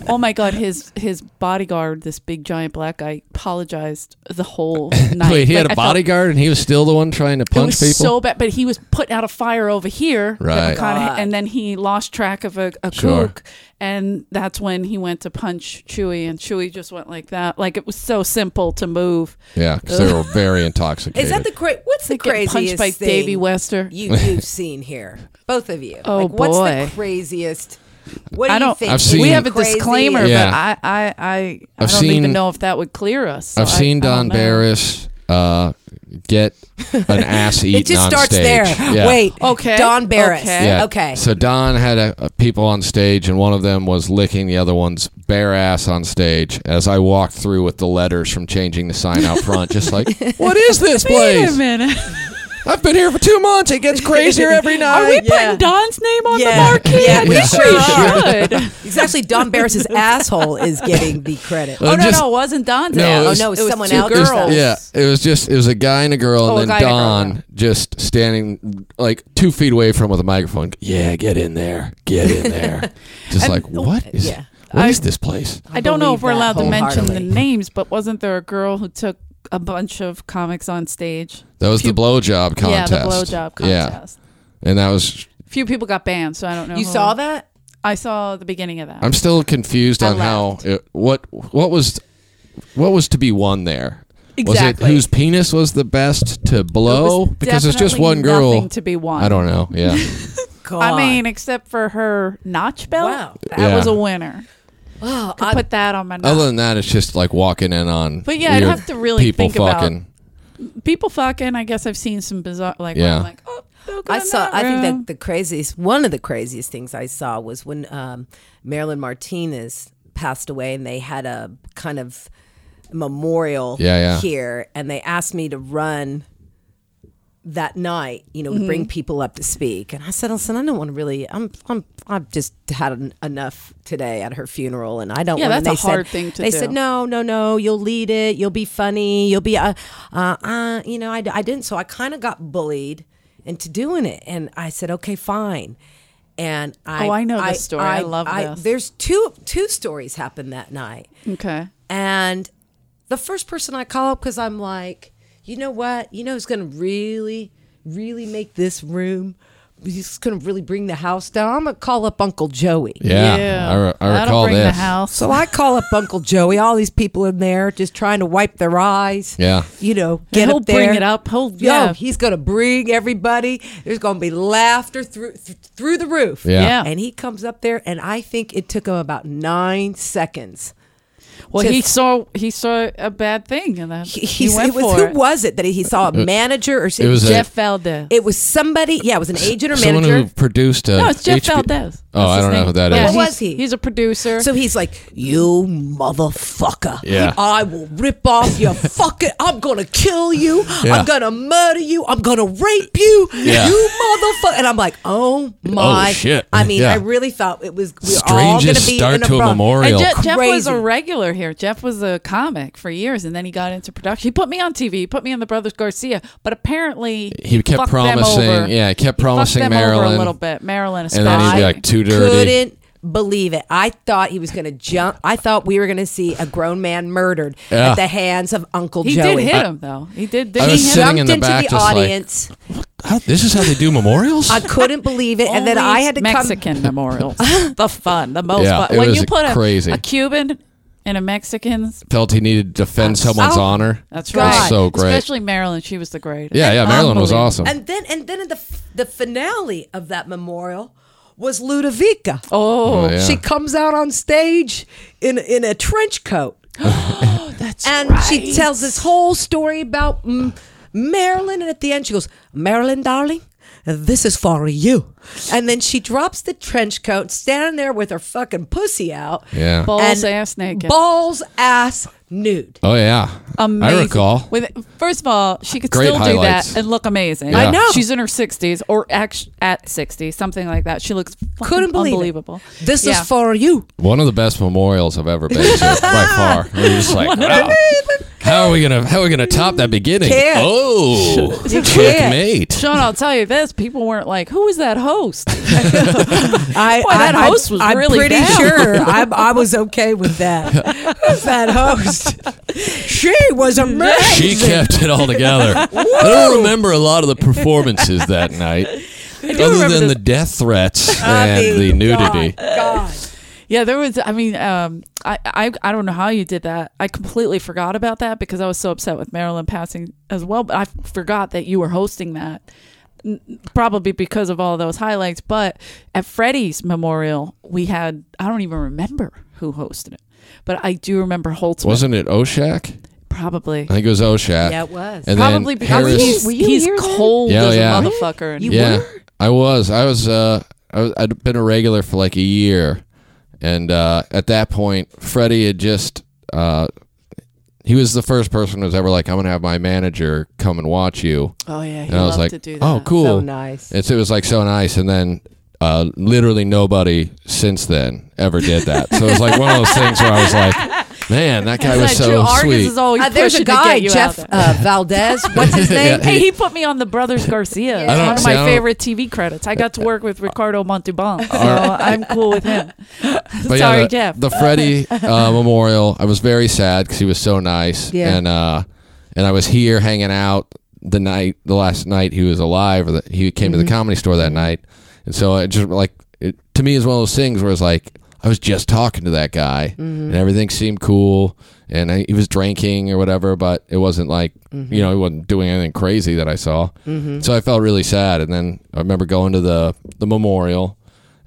Oh
[laughs]
my god, his his bodyguard, this big giant black guy, apologized the whole
[laughs]
night.
Wait, he had
Like,
a
I felt-
bodyguard, and he was still the one trying to
It
punch
was
people.
so bad, but he was putting out a fire over here, that
Oh
Right.
McConaughey- and then he lost track of a, a
Sure.
kook, and that's when he went to punch Chewy, and Chewy just went like that, like it was so simple to move.
yeah, because they were very intoxicated.
[laughs] Is that the cra- what's the
They get
craziest
punched by
thing
Davy Wester.
you you've seen here? Both of you.
Oh,
like, What's
boy.
the craziest? What do
I
you
don't.
think?
I've
is
seen-
we
the
have a
craziest-
disclaimer,
Yeah.
but I, I, I, I
I've
don't even
seen-
know if that would clear us. so
I've
I-
seen
I don't
Don
know.
Barris uh, get an ass eaten
[laughs] It just
on
starts
stage.
there.
Yeah.
Wait.
Okay.
Don Barris.
Okay.
Yeah.
Okay.
So Don had a, a people on stage, and one of them was licking the other one's bare ass on stage. As I walked through with the letters from changing the sign out front, just
[laughs]
like, what is this
Wait a
place? [laughs]
minute.
I've been here for two months. It
[laughs]
gets crazier every
Are
night.
we
yeah.
putting Don's name on
Yeah.
the marquee?
Yeah,
we
we
sure
are.
should.
[laughs]
It's actually
[laughs]
Don Barris's asshole is getting the credit.
Uh,
Oh no,
just-
no, it wasn't Don's.
No,
ass.
it was-
Oh, no, it was someone
two
else's.
Girls.
Yeah, it was just it was a guy and a girl,
Oh, a
and
guy
then
and a girl,
Don
yeah.
just standing like two feet away from with a microphone. Yeah, get in there, get in
[laughs]
there. just like what is
yeah.
what
oh, I-
is this place?
I don't know if
believe
we're
that
allowed to mention the
wholeheartedly.
names, but wasn't there a girl who took a bunch of comics on stage?
That was the blowjob contest.
Yeah, the blowjob contest.
Yeah, and that was.
Few people got banned, so I don't know.
You
who-
saw that?
I saw the beginning of that.
I'm still confused
I
on how it, what what was what was to be won there. Was
Exactly.
it whose penis was the best to blow?
It was
because it's just
definitely
one girl.
Nothing to be won.
I don't know. Yeah.
God.
I mean, except for her notch belt,
Wow.
that
Yeah.
was a winner.
oh,
Could
I-
put that on my. Notch.
Other than that, it's just like walking in on.
But yeah, I'd
weird
have to really
people
think about-
fucking.
people fucking. I guess I've seen some bizarre, like, where
Yeah.
I'm like, oh, they'll go
I
in
saw.
that
I think
room.
that the craziest, one of the craziest things I saw was when um, Marilyn Martinez passed away, and they had a kind of memorial
Yeah, yeah.
here, and they asked me to run that night. You know, to
Mm-hmm.
bring people up to speak, and I said, "Listen, I don't want to really. I'm, I'm, I've just had en- enough today at her funeral, and I don't."
Yeah,
wanna-"
that's a
they said-
hard thing to
They
do.
said, "No, no, no. You'll lead it. You'll be funny. You'll be, uh, uh, uh you know." I, d- I didn't, so I kind of got bullied into doing it, and I said, "Okay, fine." And I,
Oh, I know this story. I love this.
There's two two stories happened that night,
Okay.
and the first person I call up because I'm like, you know what? You know who's going to really, really make this room he's gonna really bring the house down. I'm gonna call up Uncle Joey.
Yeah, I, re- I
That'll
recall
bring
this.
The house.
So I call up Uncle Joey. All these people in there just trying to wipe their eyes.
Yeah,
You know, get
he'll
up there.
bring it up. He'll
Yo,
yeah.
he's gonna bring everybody. There's gonna be laughter through th- through the roof.
yeah,
Yeah.
And he comes up there, and I think it took him about nine seconds.
well,
to-
he saw he saw a bad thing, and that
He,
he,
he's-
went
it was,
for
who
it.
was it that he saw a manager or
It was a-
Jeff Valdez.
it was somebody. Yeah, it was an agent or
someone
manager.
who produced a.
no, it's Jeff
HBO
Valdez.
Oh, I don't know who that is.
What
he's-
was he?
He's a producer.
So he's like, "You motherfucker!
Yeah.
I will rip
[laughs]
off your fucking. I'm gonna kill you.
Yeah.
I'm gonna murder you. I'm gonna rape you.
Yeah.
You motherfucker!" And I'm like, "Oh my
shit.
I mean,
Yeah.
I really thought it was we we're all gonna
Strangest
be
start
in a
to a
bra-
memorial.
and Je- Jeff was
Crazy.
a regular here. Jeff was a comic for years, and then he got into production. He put me on TV. He put me on the Brothers Garcia, but apparently
He kept
fucked
promising.
Them over.
Yeah, he kept promising
fucked them over
Marilyn,
a little bit. Marilyn,
and
especially.
then he'd be like too dirty.
Couldn't believe it. I thought he was gonna jump. I thought we were gonna see a grown man murdered
Yeah.
at the hands of Uncle
he
Joey.
did hit him though. He did. did
I
he
was
hit
sitting
him?
in
Jumped
the
into
back
the
just like-
audience.
How- this is how they do memorials.
I couldn't believe it, and then
Only
I had to come.
Mexican
[laughs]
memorials. the fun, the most
Yeah,
fun.
it
When
was
you put a,
crazy.
a Cuban and a Mexican,
Felt he needed to defend someone's
oh.
honor.
that's
God.
right.
so great.
Especially Marilyn, she was the greatest.
Yeah, yeah. Marilyn was awesome.
And then, and then in the f- the finale of that memorial was Ludovica.
Oh,
Oh, yeah.
She comes out on stage in in a trench [gasps] coat,
that's
and she
right.
tells this whole story about mm, Marilyn. And at the end, she goes, "Marilyn, darling." This is for you. And then she drops the trench coat, standing there with her fucking pussy out.
Yeah.
balls
and
ass naked.
Balls ass nude.
Oh yeah.
amazing.
I recall.
With first of all, she could
Great
still
highlights.
do that and look amazing.
Yeah. I
know.
she's in her sixties or act- at sixty, something like that. She looks fucking
Couldn't believe it.
unbelievable.
This
Yeah.
is for you.
One of the best memorials I've ever been
[laughs]
to by far. We're just like, wow. How are we gonna How are we gonna top that beginning?
Can't.
Oh,
You can't.
checkmate.
Sean, I'll tell you this: people weren't like, "Who is that
[laughs]
host?" [laughs]
I,
Boy, that
I-
host was
I'm
really
pretty
down. [laughs]
sure I, I was okay with that. Who's that host? She was amazing.
She kept it all
[laughs]
together. I don't remember a lot of the performances that night, other
remember
than
this-
the death
[laughs]
threats
I
and the
mean,
nudity.
God, God.
yeah, there was. I mean, um, I, I I don't know how you did that. I completely forgot about that because I was so upset with Marilyn passing as well. But I forgot that you were hosting that. N- Probably because of all those highlights, but at Freddie's memorial, we had—I don't even remember who hosted it, but I do remember Holtzman.
Wasn't it Oshak?
Probably.
I think it was Oshak.
Yeah, it was.
And
Probably
then
because
Harris-
he's,
Were you
he's
here then?
cold
Yeah,
as
yeah.
a motherfucker. And
You
yeah, I was. I was. Uh, I was, I'd been a regular for like a year, and uh, at that point, Freddie had just. Uh, he was the first person who was ever like, "I'm gonna have my manager come and watch you,"
Oh yeah, he
and I was
loved
like,
to do that.
"Oh, cool."
So nice.
It's, it was like so nice, and then. Uh, literally nobody since then ever did that. So it was like one of those things where I was like, "Man, that guy
Isn't
was
that true?
so
Argus
sweet."
is always
Uh, there's a
pushing to
guy,
get you out
Jeff
there.
uh, Valdez.
[laughs]
What's his name?
Yeah,
Hey, he put me on the Brothers Garcia. It's
[laughs] I don't-
one of
see, I
my
don't-
favorite TV credits. I got to work with Ricardo
[laughs]
Montalban, so I'm cool with him. [laughs]
But
Sorry,
the,
Jeff.
The Freddie uh,
[laughs]
Memorial. I was very sad because he was so nice.
Yeah.
And uh, and I was here hanging out the night, the last night he was alive. Or that he came to the comedy store that night, and so it just like it, to me is one of those things where it's like I was just talking to that guy, and everything seemed cool, and I, he was drinking or whatever, but it wasn't like you know he wasn't doing anything crazy that I saw. So I felt really sad, and then I remember going to the the memorial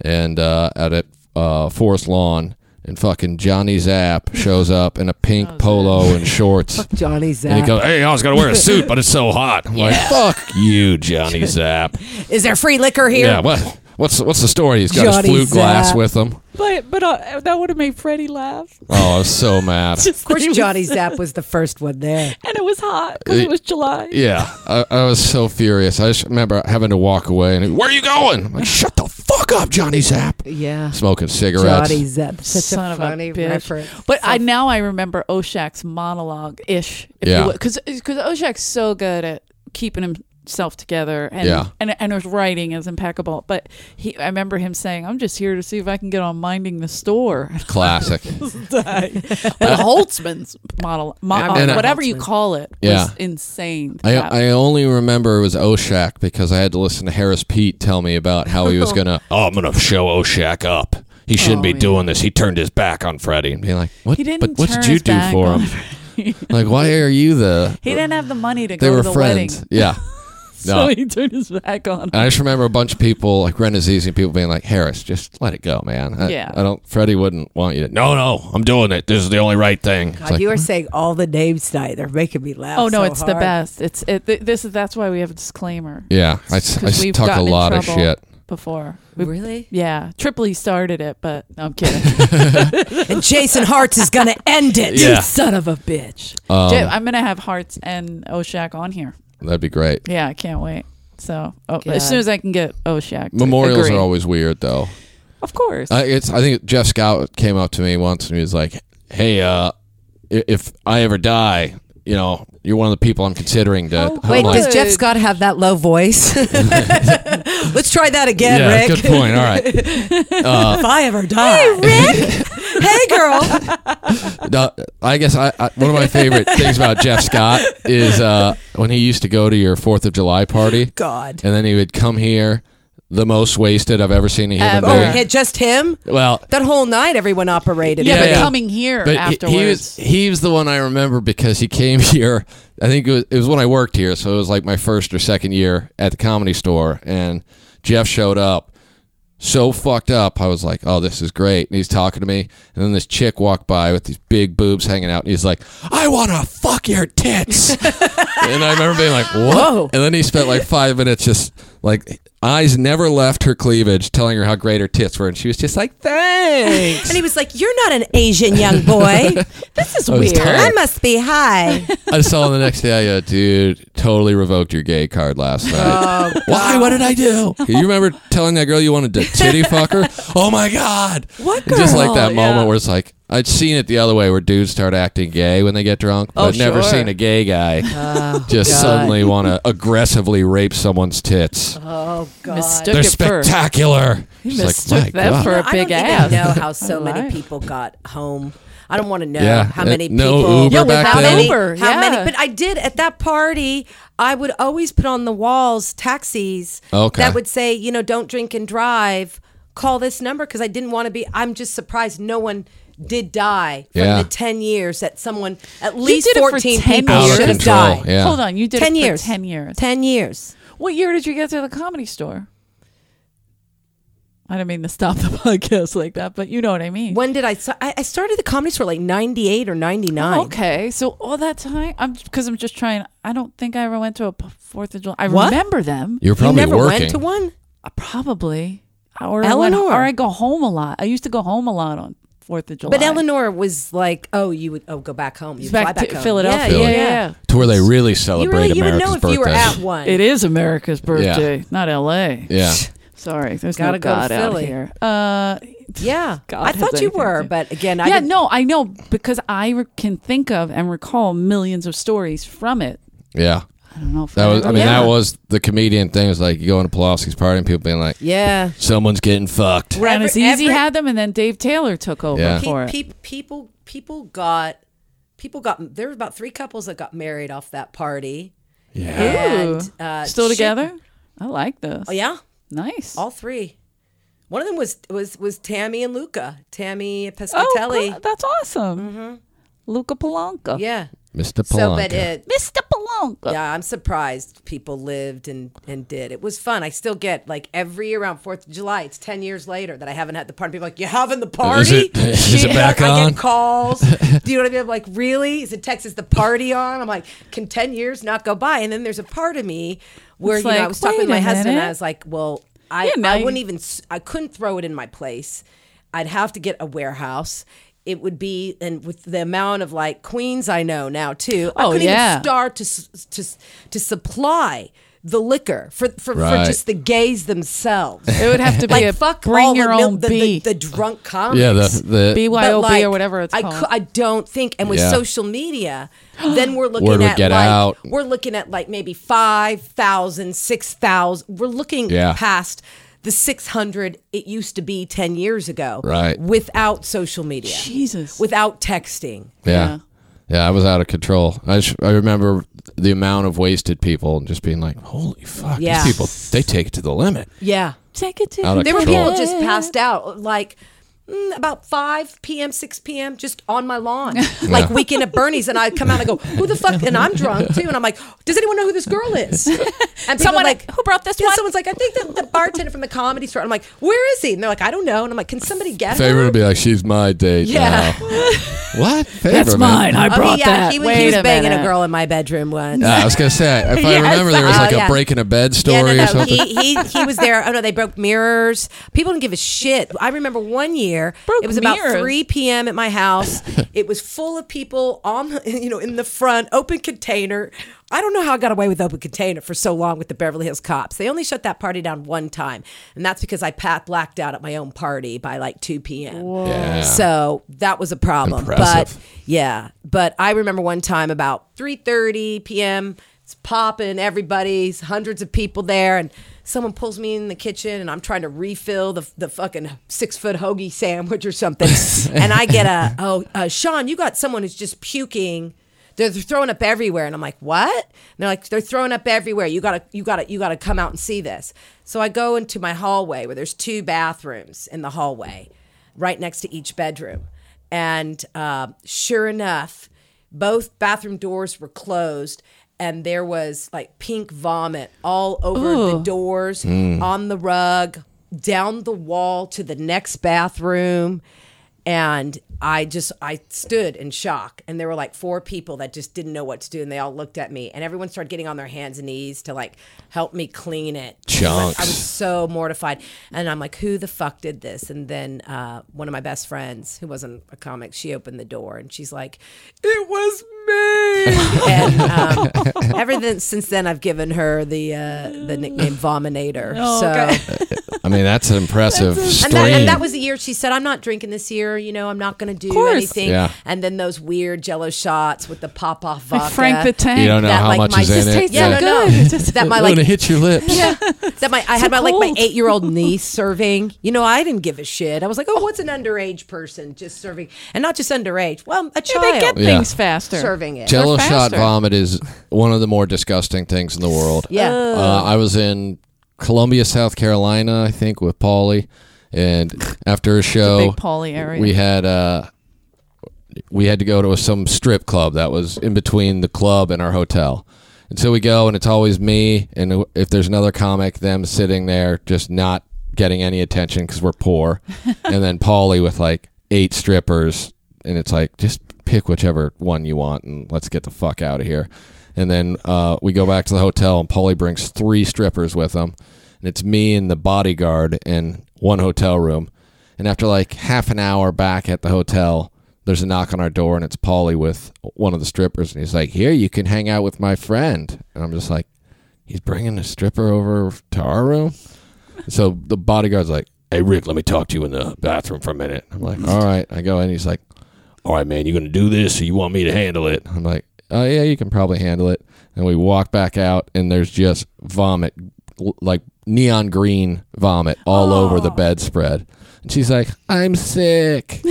and uh, out at uh, Forest Lawn, and fucking Johnny Zapp shows up in a pink polo and shorts.
Johnny
And he
Zapp.
goes, "Hey, I was gonna wear a suit, but it's so hot." I'm like, "Fuck you, Johnny
[laughs]
Zapp."
Is there free liquor here?
yeah, what? What's what's the story? He's got
Johnny
his flute glass
Zapp.
with him.
But but uh, that would have made Freddie laugh.
Oh, I was so
[laughs]
mad.
Just [laughs]
Of course, Johnny Zapp was the first one there.
and it was hot because it was July.
Yeah, I, I was so furious. I just remember having to walk away. And he, where are you going? I'm like, "Shut the fuck up, Johnny Zapp."
Yeah.
Smoking cigarettes.
Johnny Zapp. Such
Son
a
of a
funny
bitch.
reference.
But I now I remember Oshak's monologue ish, if
Yeah.
you because because Oshak's so good at keeping him himself together and
Yeah.
and and his writing is impeccable. But he, I remember him saying, "I'm just here to see if I can get on minding the store."
Classic.
but [laughs] Holtzman's model, mo-
I
uh,
mean,
whatever you
Holtzman.
call it, was
Yeah.
insane.
I,
That-
I only remember it was Oshak because I had to listen to Harris Pete tell me about how
[laughs]
he was gonna. oh, I'm gonna show Oshak up. He shouldn't
Oh,
be
yeah.
doing this. He turned his back on Freddie and be like, "What?
he didn't.
but what
turn
did you
his
do
back
for
on- [laughs]
him? like, why are you the?
He didn't have the money to
They
go
were
to the
friends.
wedding,
Yeah.
so
No.
he turned his back on.
And I just remember a bunch of people, like Renazizi and people being like, Harris, just let it go, man. I,
Yeah.
I don't, Freddie wouldn't want you to, no, no, I'm doing it. This is the only right thing. It's
God,
like,
you are saying all the names tonight. They're making me laugh.
Oh no,
so
it's the
hard.
best. It's it. Th- this is that's why we have a disclaimer
yeah, I, I
'Cause we've
stuck a
gotten in
lot of
trouble.
shit.
before. We-
Really?
yeah, Tripoli started it, but no, I'm kidding.
And Jason Hartz is
[laughs]
going to end it.
Yeah.
You son of a bitch.
[laughs] Um,
J- I'm gonna have Hearts and Oshak on here.
that'd be great.
Yeah, I can't wait. So oh,
God.
as soon as I can get Oshak, to
Memorials
agree.
are always weird, though.
of course.
I, it's, I think Jeff Scout came up to me once and he was like, hey, uh, i- if I ever die, you know, you're one of the people I'm considering to.
Oh,
I'm
Wait,
like,
does Jeff Scott have that
[laughs]
low voice? Let's try that again,
yeah,
Rick.
good point. Uh, All right.
[laughs] if I ever die. Hey, Rick. [laughs] hey, girl.
No, I guess I, I one of my favorite things about Jeff Scott is uh, when he used to go to your Fourth of July party,
God.
and then he would come here the most wasted I've ever seen a human
Ever.
Oh,
being.
Yeah.
hit just him?
Well,
That whole night, everyone operated.
yeah,
Yeah,
but
yeah.
coming here
but he-
afterwards.
he was he was the one I remember because he came [laughs] here. I think it was, it was when I worked here, so it was like my first or second year at the comedy store, and Jeff showed up. So fucked up, I was like, "Oh, this is great." And he's talking to me, and then this chick walked by with these big boobs hanging out, and he's like, "I want to fuck your
[laughs]
tits." and I remember being like, "What?"
Whoa.
And then he spent like five minutes just like eyes never left her cleavage, telling her how great her tits were, and she was just like, "Thanks."
And he was like, You're not an Asian young
[laughs]
boy. this is
I was
weird.
tired.
I must be [laughs] high.
I saw him the next day. I go, dude, totally revoked your gay card
Oh,
last night. Why? What did I do? You remember telling that girl you wanted to titty fuck
[laughs]
her? Oh my god!
What
And Just like that
girl? Yeah.
moment where it's like I'd seen it the other way, where dudes start acting gay when they get drunk, but
Oh,
never
sure.
seen a gay guy [laughs] just
Oh, God.
suddenly want to aggressively rape someone's tits.
Oh, God.
mistook
They're
it for
spectacular.
He
It's like,
mistook
my
that
God.
for a
I
big
don't
ass.
even know
[laughs]
how so
Alive.
many people got home. I don't want to know
Yeah,
how
uh,
many
no
people.
Uber Yeah, back
how
without then.
many,
Uber,
How
yeah.
many? But I did at that party. I would always put on the walls taxis
Okay.
that would say, you know, don't drink and drive. Call this number because I didn't want to be. I'm just surprised no one did die from
Yeah.
the ten years that someone at least
did it for
14
10
people
years.
should
Out of
have
control,
died.
Yeah.
Hold on, you did
Ten
it for
years.
Ten years.
Ten years.
What year did you get to the comedy store? I didn't mean to stop the [laughs] podcast like that, but you know what I mean.
When did I? sta- I I started the comedy store like 98 or 99.
Oh, Okay, so all that time, I'm because I'm just trying. I don't think I ever went to a p- Fourth of July. I
What?
remember them
You're
You
probably
never
working.
went to one.
Uh, probably, or I went-
Eleanor.
or I go home a lot. I used to go home a lot on Fourth of July.
But Eleanor was like, "Oh, you would oh go back home. You
It's
fly
back
back,
to
home.
Philadelphia.
Philly.
Yeah, yeah,
to where they really
You
celebrate
really you would
America's
know if
birthday.
you were at one.
yeah. It is America's birthday, not L.A.
yeah.
[laughs] Sorry, there's
Gotta
no
go to
God out
Philly.
here. Uh,
yeah,
God
I
has
thought you
anything
were,
to-
but again, I
yeah,
didn't-
no, I know because I re- can think of and recall millions of stories from it.
Yeah.
I don't know. If
That was, I mean,
Yeah.
that was the comedian thing. It was like you go into Pulaski's party and people being like,
yeah.
someone's getting fucked.
Brown
Every-
is easy
every-
had them, and then Dave Taylor took over
Yeah.
for
Pe-
it.
pe- people people got people got there were about three couples that got married off that party.
Yeah.
And
Ooh.
uh,
Still
she-
together? I like this.
Oh yeah,
Nice.
all three. One of them was was was Tammy and Luca. Tammy
oh,
Pescatelli.
cool. that's awesome. Luca Polanco.
Mm-hmm. yeah.
Mr. Palanca.
So, but it,
Mr. Polanco.
Yeah, I'm surprised people lived and, and did. It was fun. I still get like every year around Fourth of July. It's ten years later that I haven't had the party. People are like, you having the party?
Is it- is it
Shit.
back
I
on? [laughs]
get calls. Do you know what I mean? I'm like, really? Is it Texas the party on? I'm like, can ten years not go by? And then there's a part of me where
It's
you know I
like,
was talking
wait
with my
a
husband. and
minute.
I was like, well, I
Yeah, now
I
you-
wouldn't even s- I couldn't throw it in my place. I'd have to get a warehouse. It would be, and with the amount of like queens I know now too, I
Oh,
couldn't
yeah.
even start to s- to s- to supply the liquor for for, for
Right.
just the
[laughs]
gays themselves.
It would have to be
like
a
fuck
bring
all
your
the, mil-
own
the,
bee.
the, the drunk comics.
Yeah, the, the
BYOB
But, like,
or whatever it's
I
called.
cou- I don't think. And with
Yeah.
social media, then
[gasps]
we're looking
Word would
at
get
like
out.
we're looking at like maybe 5,000, 6,000. We're looking
Yeah.
past the 600 it used to be 10 years ago.
Right.
Without social media.
Jesus.
Without texting.
Yeah. Yeah, I was out of control. I, sh- I remember the amount of wasted people and just being like, holy fuck,
Yeah.
these people, they take it to the limit.
Yeah.
Take it to
Out of
There were
control.
people just passed out like mm, about 5 p.m., 6 p.m., just on
[laughs]
my lawn, like weekend at Bernie's. And I come out and go, Who the fuck? And I'm drunk too. And I'm like, Does anyone know who this
[laughs]
girl is? And people
Someone
are like,
who brought this
yeah,
one?
Someone's like, I think the, the bartender from the comedy store. And I'm like, Where is he? And they're like, I don't know. And I'm like, Can somebody guess?
Favor would be like, she's my date
Yeah. [laughs]
now. what? Favor, man.
I
Okay, Oh, yeah, he was, he
Wait
was
a
banging
minute.
a girl in my bedroom
[laughs]
once.
Yeah, I was gonna say if I
[laughs]
Yes.
remember, there was
Oh,
like a
yeah.
breaking a bed story
yeah, no, no.
or something.
He, he, he was there. Oh no, they broke mirrors. People didn't give a shit. I remember one year.
Broke
it was
mirrors?
about three p.m. at my house. it was full of people on, [laughs] the- you know, in the front, open container. I don't know how I got away with open container for so long with the Beverly Hills cops. They only shut that party down one time, and that's because I pat blacked out at my own party by like two p.m.
yeah.
So that was a problem.
Impressive.
But yeah, but I remember one time about 3:30 p.m. It's popping, everybody's hundreds of people there, and someone pulls me in the kitchen, and I'm trying to refill the, the fucking six foot hoagie sandwich or something, and I get a oh uh, Sean, you got someone who's just puking. They're they're throwing up everywhere, and I'm like, what? And they're like, they're throwing up everywhere. You gotta, you gotta, you gotta come out and see this. So I go into my hallway where there's two bathrooms in the hallway, right next to each bedroom. And uh, sure enough, both bathroom doors were closed, and there was like pink vomit all over the doors, on the rug, down the wall to the next bathroom. And I just I stood in shock, and there were like four people that just didn't know what to do, and they all looked at me, and everyone started getting on their hands and knees to like help me clean it.
Chunks.
I was so mortified. And I'm like, who the fuck did this? And then uh, one of my best friends, who wasn't a comic, she opened the door and she's like, it was
[laughs]
me. and um, ever then, since then, I've given her the uh, the nickname Vominator.
Oh,
so,
I mean, that's an impressive
[laughs] and,
stream.
that, and that was the year she said, I'm not drinking this year. You know, I'm not going to do
course.
anything.
Yeah.
And then those weird jello shots with the pop off vodka.
Frank the Tank.
you don't know
that,
how
like,
much
my
is in
just
it.
tastes
Yeah.
so good. It's [laughs] just-
that my
I'm
like
gonna hit your lips.
Yeah. That my I had my like my
cold.
eight
[laughs]
year old niece serving. You know, I didn't give a shit. I was like, oh, what's an underage person just serving, and not just underage. Well, a
Yeah,
child
they get
Yeah.
things faster.
serving it.
Jello
They're
shot
faster.
vomit is one of the more disgusting things in the world.
Yeah.
Uh, I was in Columbia, South Carolina, I think, with Paulie, and after a show,
big Pauly area.
we had uh, we had to go to some strip club that was in between the club and our hotel. And so we go, and it's always me, and if there's another comic, them sitting there just not getting any attention because we're
[laughs]
poor, and then Paulie with like eight strippers, and it's like just pick whichever one you want, and let's get the fuck out of here. And then uh, we go back to the hotel, and Paulie brings three strippers with him, and it's me and the bodyguard in one hotel room. And after like half an hour back at the hotel, there's a knock on our door, and it's Paulie with one of the strippers, and he's like, "Here, you can hang out with my friend." And I'm just like, "He's bringing a stripper over to our room." So the bodyguard's like, "Hey, Rick, let me talk to you in the bathroom for a minute." I'm like, "All right." I go in, he's like, "All right, man, you gonna do this, or you want me to handle it?" I'm like, "Oh yeah, you can probably handle it." And we walk back out, and there's just vomit, l- like neon green vomit all over the bedspread. And she's like, "I'm sick."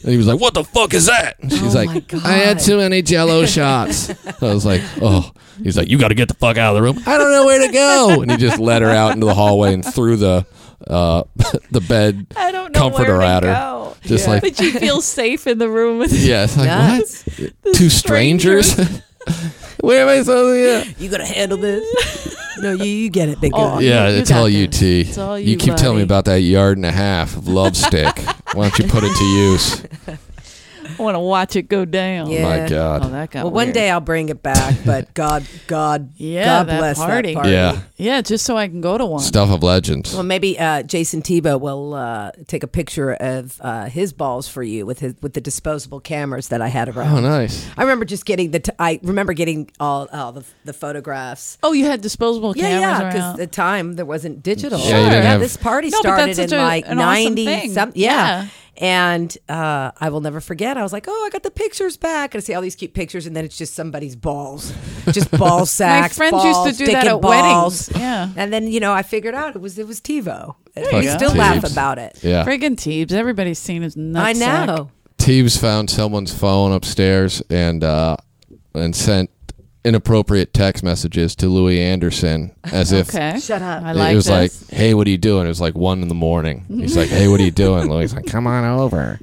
And he was like, "What the fuck is that?" And she's
Oh my
like,
God.
"I had too many
[laughs]
Jello shots." I was like, "Oh." He's like, "You got to get the fuck out of the room." I don't know where to go. And he just led her out into the hallway and threw the uh, [laughs] the bed
I don't know
comforter
where to
at her.
go.
Just
Yeah.
like-
But you
[laughs]
feel safe in the room with
Yeah, it's like
Nuts.
what? Two strangers? [laughs] where am I supposed to?
You gonna handle this?
[laughs]
no, you you get it, big
Oh,
guy.
you-
Yeah,
you
it's,
got
all
this.
you, T.
It's all
you,
you,
keep telling me
buddy. [laughs]
about that yard and a half of love stick. Why don't you put it to use?
I want to watch it go down.
Yeah.
My God.
Oh, that got
Well, one
weird.
day I'll bring it back,
[laughs]
but God, God,
Yeah,
God
that
bless
party.
that party.
Yeah.
Yeah, just so I can go to one.
Stuff of legends.
Well, maybe uh, Jason Tebow will uh, take a picture of uh, his balls for you with his with the disposable cameras that I had around.
Oh, nice.
I remember just getting the. T- I remember getting all, all the, the photographs.
Oh, you had disposable
Yeah,
cameras
yeah,
around.
because the time there wasn't digital.
Yeah, you didn't have-
this party
No, but that's
started in
such a-
like
an awesome
ninety
thing.
something. Yeah.
Yeah.
And uh, I will never forget. I was like, "Oh, I got the pictures back," and I see all these cute pictures, and then it's just somebody's balls,
[laughs]
just ball sacks.
friends used to
balls,
do that
dick and
at
balls.
weddings. Yeah.
And then you know, I figured out it was it was TiVo.
you
We
go.
still
Teebs.
laugh about it.
Yeah.
Friggin' Teebs. Everybody's seen his
I
nuts.
know.
Teves found someone's phone upstairs and uh, and sent inappropriate text messages to Louis Anderson as if
Okay.
Shut up.
I like
it was like,
this.
"Hey, what are you doing?" It was like one in the morning. He's like, "Hey, what are you doing?" Louis like, "Come on over."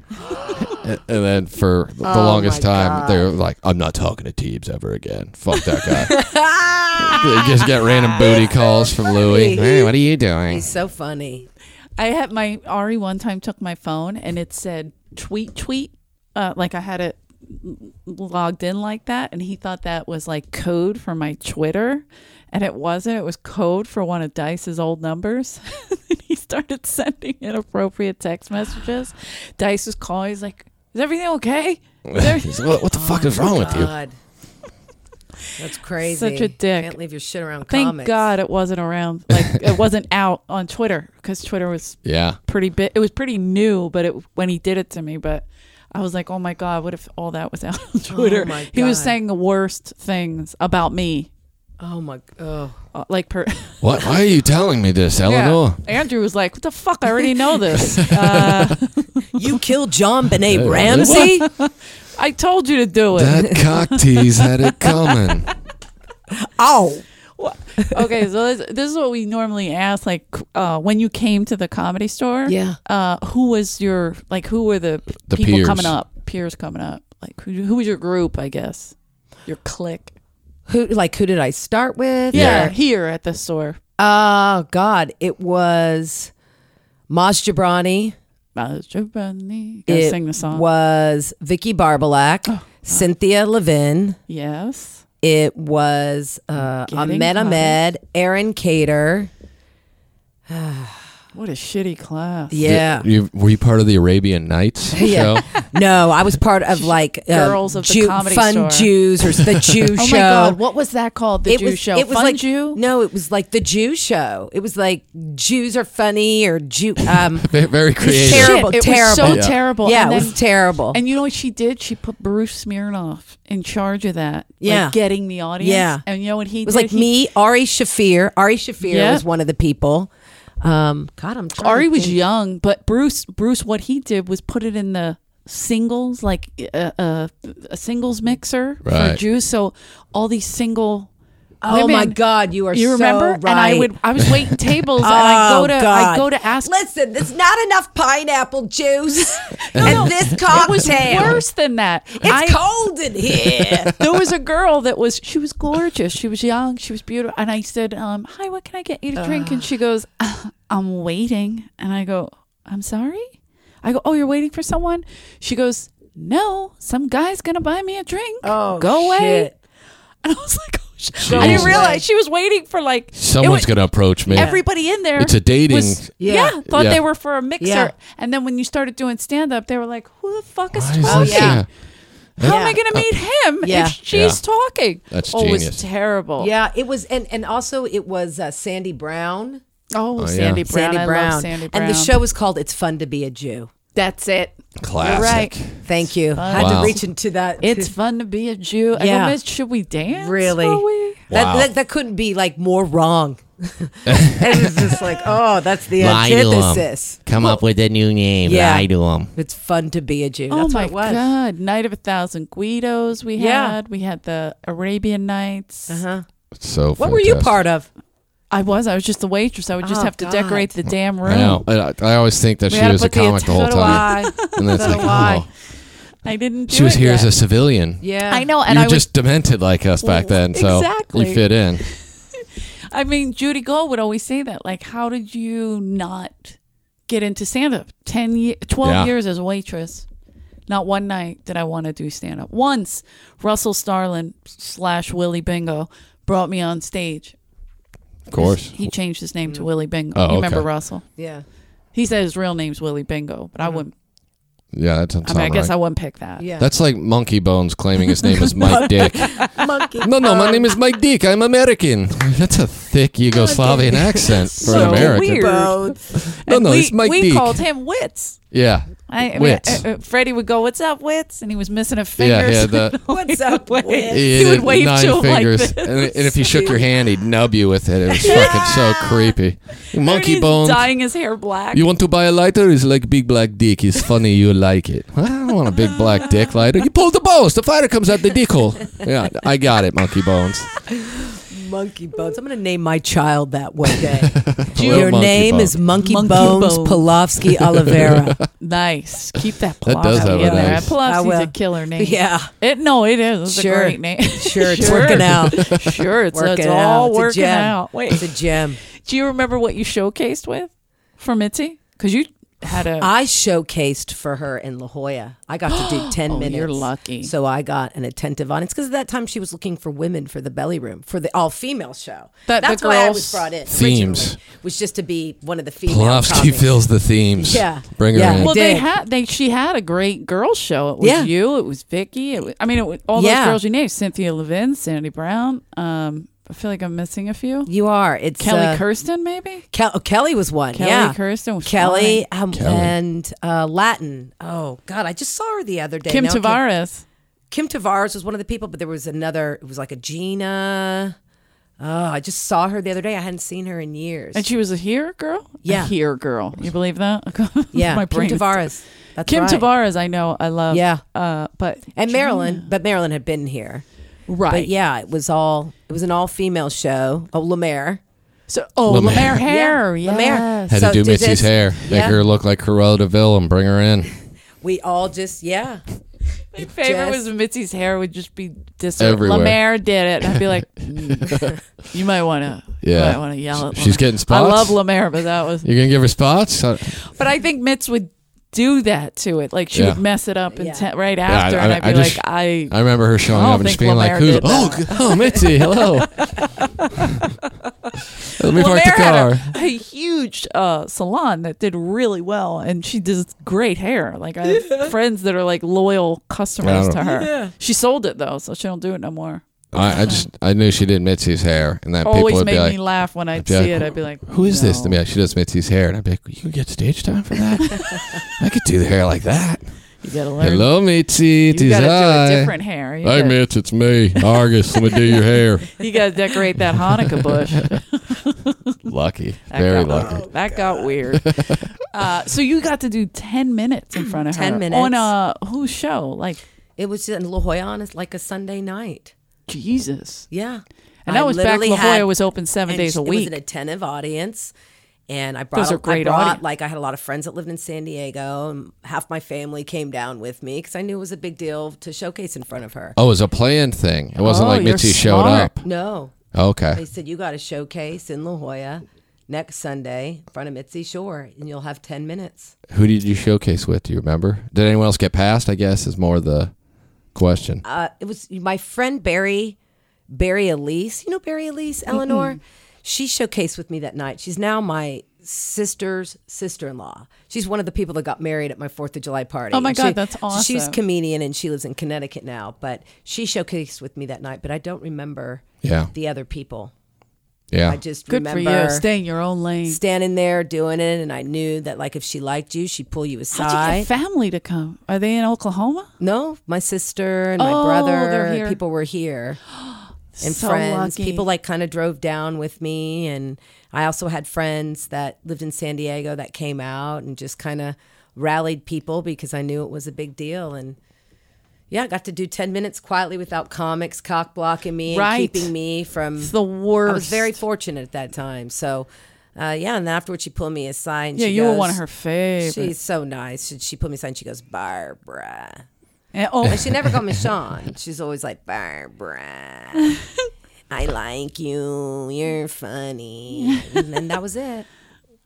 And then for the longest time, they were like, "I'm not talking to Teebs ever again. Fuck that guy." they just get random booty calls from Louis. Hey, what are you doing?
He's so funny.
I had my Ari one time took my phone and it said tweet tweet, uh, like I had it logged in like that, and he thought that was like code for my Twitter, and it wasn't. It was code for one of Dice's old numbers. [laughs] and he started sending inappropriate text messages. Dice was calling. He's like, "Is everything okay?" Is
He's
everything-"
like, what, what the fuck is wrong with you?
God. That's crazy.
Such a dick.
Can't leave your shit around
Thank
comics.
God it wasn't around. Like it wasn't out on Twitter because Twitter was
Yeah.
pretty bit. It was pretty new, but it when he did it to me, but I was like, oh my god, what if all that was out on Twitter?
Oh my
he was
God.
saying the worst things about me,
Oh my. Oh.
uh, like
[laughs]
per.
What? Why are you telling me this, Eleanor?
Andrew was like, what the fuck? I already know this.
[laughs]
Uh,
You killed John Benet
Hey,
Ramsey?
I told you to do it.
That cock tease had it coming.
[laughs]
oh.
What- [laughs] okay, so this, this is what we normally ask, like uh, when you came to the comedy store.
Yeah.
Uh, who was your like? Who were the,
The
people
peers.
coming up? Peers coming up. Like who? Who was your group? I guess your clique.
Who like who did I start with?
Yeah, here at the store.
Oh God, it was Maz Jabrani.
Master Bunny. Gotta
it
sing the song. Oh,
was Vicky Barbalak, Cynthia Levin.
yes.
It was uh,
Getting
Ahmed
high.
Ahmed, Aaron Cater.
What a shitty class.
Yeah.
Did- you- were you part of the Arabian Nights
[laughs]
Yeah.
[laughs] show?
No, I was part of like uh,
Girls of the
Jew-
Comedy
fun
Store.
Jews or
[laughs]
the Jew
Oh
show.
my God. What was that called? The
it
Jew
was
show.
it was
Fun
like
Jew?
no, it was like the Jew show. It was like Jews are funny or Jew. Um,
Ve- Very creative.
terrible,
Shit, it was so
terrible.
Yeah.
[laughs] terrible.
yeah,
and
it
then-
was terrible.
And you know what she did? She put Bruce Smirnoff in charge of that. like,
Yeah.
getting the audience.
Yeah.
And you know what he
It was
did?
like
He-
me, Ari Shafir. Ari Shafir
Yeah.
was one of the people. Um, God, I'm trying
Ari
to
was
think.
young, but Bruce, Bruce, what he did was put it in the singles, like uh, uh, a singles mixer for
Right.
Jews. So all these single.
Oh my
women-
God, you are
You
so
remember?
right.
And I would, I was
[laughs]
waiting tables, and I
Oh,
go to, I
God.
go to ask.
Listen, there's not enough
[laughs]
pineapple juice and
no,
this
It was
cocktail.
worse than that.
It's cold
[laughs]
in here.
There was a girl that was, she was gorgeous. She was young. She was beautiful. And I said, um, hi, what can I get you to drink? and she goes, uh, I'm waiting. And I go, I'm sorry? I go, oh, you're waiting for someone? She goes, no, some guy's going to buy me a drink. [laughs]
Oh,
go away.
shit.
And I was like, oh, shit. I didn't
Jesus.
realize she was waiting for like, it
Someone's
was-
gonna approach me.
Everybody in there.
It's a dating-
was-
Yeah.
yeah. Thought
Yeah.
they were for a mixer.
Yeah.
And then when you started doing stand up, they were like, who the fuck is
Why is
talking?
this-
yeah.
How am
Yeah.
I going to meet him
Yeah.
if she's
Yeah.
talking?
That's
oh, it
genius.
was terrible.
yeah, it was, and and also it was uh, Sandy Brown.
Oh,
yeah.
Sandy Brown.
Sandy
I
Brown.
love Sandy Brown.
And the show was called "It's Fun to Be a Jew."
That's it.
Classic.
right.
Thank you. I had
Wow.
to reach into that.
It's fun to be a Jew.
Yeah.
Yeah. should we dance?
Really?
Will we?
That,
Wow.
that, that couldn't be like more wrong. [laughs] it was just like, oh, that's the
Lie to 'em.
antithesis.
Come up with a new name.
Yeah.
Lie to him.
It's fun to be a Jew.
Oh
that's
my
what it was.
God! Night of a Thousand Guidos. We
Yeah.
had. We had the Arabian Nights.
Uh-huh.
So
What were you
fantastic.
part of?
I was. I was just the waitress. I would just
Oh,
have to
God.
decorate the damn room.
I know. I, I always think that
We
she
had
was
to
a
put the
comic the, whole
so do
time,
I.
and then it's
So
like,
do I.
oh,
I didn't. Do
she was
it
here
yet.
as a civilian.
[laughs] Yeah.
I know, and
you
I
were
was
just demented like us back then, so
Exactly.
you fit in.
I mean, Judy Gold would always say that. Like, how did you not get into stand up? 10, ye- 12
Yeah.
years as a waitress. Not one night did I want to do stand up. Once Russell Starlin slash Willie Bingo brought me on stage.
Of
[laughs]
course.
He changed his
Mm.
name to Willie Bingo.
Oh,
you remember
okay.
Russell?
Yeah.
He said his real name's Willie Bingo, but I wouldn't.
Yeah, that sounds
I mean, I
sound
guess
right.
I wouldn't pick that.
Mm. Yeah.
That's like Monkey Bones claiming his name is
[laughs]
Mike Dick.
[laughs] monkey.
No, no,
Um,
my name is Mike Dick. I'm American. [laughs] That's a thick Yugoslavian accent for an
Oh, So
American.
weird.
No,
And
no,
we,
it's Mike
we
Deke.
called him Wits.
Yeah.
I, I mean,
Wits.
uh, uh, Freddie would go, "What's up, Wits?" And he was missing a finger.
Yeah, yeah.
[laughs] so
The,
What's up
Wait.
with?
he
He
did
would wave
nine
to him like
fingers, [laughs]
this. [laughs]
and, and if he shook your hand, he'd nub you with it. It was fucking so creepy. Monkey
he's
Bones.
dyeing his hair black.
You want to buy a lighter? It's like big black dick. It's funny you like it. [laughs] I don't want a big black dick lighter. You pull the balls. The fire comes out the dick hole. Yeah, I got it, Monkey Bones.
Monkey Bones. I'm going to name my child that one day.
Little
Your
Monkey
name
Bones.
is Monkey,
Monkey
Bones,
Bones.
Polovsky Oliveira.
nice. Keep that
That
Pulaski
does have a
in there.
nice-
Pulaski's
I will.
a killer name.
yeah.
It no, it is. It's
Sure.
a
[laughs]
great name.
Sure, it's working out.
Sure, it's,
Working
it's
out.
all
It's a
working
gem.
out.
[laughs] It's
Wait,
a gem.
do you remember what you showcased with for Mitzi? Because you had a
I showcased for her in La Jolla. I
[gasps]
got to do 10
Oh,
minutes.
you're lucky.
So I got an attentive audience because at that time she was looking for women for the belly room, for the all female show.
That the
That's why I was
girls'
brought in.
themes.
originally, Was just to be one of the female.
Plofsky
comics.
fills the themes.
Yeah.
Bring her
Yeah.
in.
well,
Well,
they
did.
had they. She had a great girl show. It was
Yeah.
you. It was Vicky. It was, I mean, it was, all
Yeah.
those girls you named: Cynthia Levin, Sandy Brown. Um, I feel like I'm missing a few.
You are. It's
Kelly
uh,
Kirsten, maybe.
Kel- oh, Kelly was one.
Kelly
yeah.
Kirsten was
Kelly, um,
Kelly.
and uh, Latin. Oh God, I just saw her the other day.
Kim
Now I can't-
Tavares.
Kim Tavares was one of the people, but there was another. It was like a Gina. Oh, I just saw her the other day. I hadn't seen her in years.
And she was a here girl?
Yeah.
A here girl. You believe that? [laughs]
yeah,
My brain
Kim
is-
Tavares. That's
Kim
right.
Tavares, I know, I love.
Yeah.
Uh, but
and Marilyn, but Marilyn had been here.
right.
But yeah, it was all. It was an all female show. Oh, Lemaire.
So oh,
Lemaire.
Lemaire hair.
Yeah,
Yeah.
Lemaire.
Had
So
to do
did
Mitzi's
this-
hair, make
yeah.
her look like Cruella Deville, and bring her in.
We all just yeah.
My favorite
Just-
was Mitzi's hair would just be dis-
Everywhere.
Lemaire did it. And I'd
[laughs]
be like, "Mm, you might want to.
Yeah.
might want to yell at.
She's
Lemaire."
getting
I
spots?
love Lemaire, but that was.
You're gonna give her spots? I-
But I think Mitz would do that to it. Like she
Yeah.
would mess it up and
Yeah.
te- right
I-
after, and
I-
I'd
I
be
just-
like, I.
I remember her showing
I don't
up and just
think
being like, "Who's?
Lemaire
Oh,
did
g- oh, Mitzi,
[laughs]
hello. Let me park the
Lemaire
car."
had a, a huge uh, salon that did really well, and she does great hair. Like I have friends that are like loyal customers
Yeah.
to her. She sold it though, so she don't do it no more.
I, I just I knew she did Mitzi's hair, and that people
Always
would
made
be like,
me laugh when I'd
be
see
like,
it. I'd be like,
"Who is this?"
no.
And be like, "She does Mitzi's hair," and I'd be like, "You can get stage time for
[laughs]
that? I could do the hair like that."
You gotta learn.
Hello, Mitzi. It is
You gotta
I.
do a different hair. You,
Hey,
gotta,
Mitz, it's me, Argus. Let me do your
[laughs]
hair.
you gotta decorate that
[laughs]
Hanukkah bush. That
Lucky, very
got,
lucky.
That got weird. Uh, so you got to do ten minutes in front of
10
her
minutes.
on a whose show? Like
It was in La Jolla on a- like a Sunday night.
Jesus.
Yeah.
And that
I
was back.
literally
La Jolla
had-
was open seven
and
days
sh-
a
It was
week.
an attentive audience. And I brought,
Those are
I
great
brought,
audience.
like I had a lot of friends that lived in San Diego, and half my family came down with me because I knew it was a big deal to showcase in front of her.
Oh, it was a planned thing. It wasn't
Oh,
like
you're
Mitzi
smart.
showed
No,
up.
they
Okay.
said you got a showcase in La Jolla next Sunday in front of Mitzi Shore, and you'll have ten minutes.
Who did you showcase with? Do you remember? Did anyone else get past? I guess is more the question.
Uh, it was my friend Barry, Barry Elise. You know Barry Elise, Eleanor. She showcased with me that night. She's now my sister's sister-in-law. She's one of the people that got married at my Fourth of July party.
Oh my
And
God, that's
She's
awesome.
comedian and she lives in Connecticut now, but she showcased with me that night. But I don't remember
Yeah.
the other people.
Yeah.
I just
Good
remember
for you. Stay in your own lane.
standing there doing it, and I knew that like if she liked you, she'd pull you aside.
How'd you get family to come? Are they in Oklahoma?
No, my sister and my
Oh,
brother,
they're here.
people were here. And
So
friends,
lucky.
people like kind of drove down with me, and I also had friends that lived in San Diego that came out and just kind of rallied people because I knew it was a big deal. And yeah, I got to do ten minutes quietly without comics cock blocking me
Right.
and keeping me from
It's the worst.
I was very fortunate at that time. So uh, yeah, and then afterwards she pulled me aside. And
yeah,
she
you were one of
goes-
her favorites.
She's so nice. She, she pulled me aside. and She goes, Barbara.
And- oh,
[laughs] And she never called me Sean. She's always like, Barbara, I like you. You're funny. And that was it.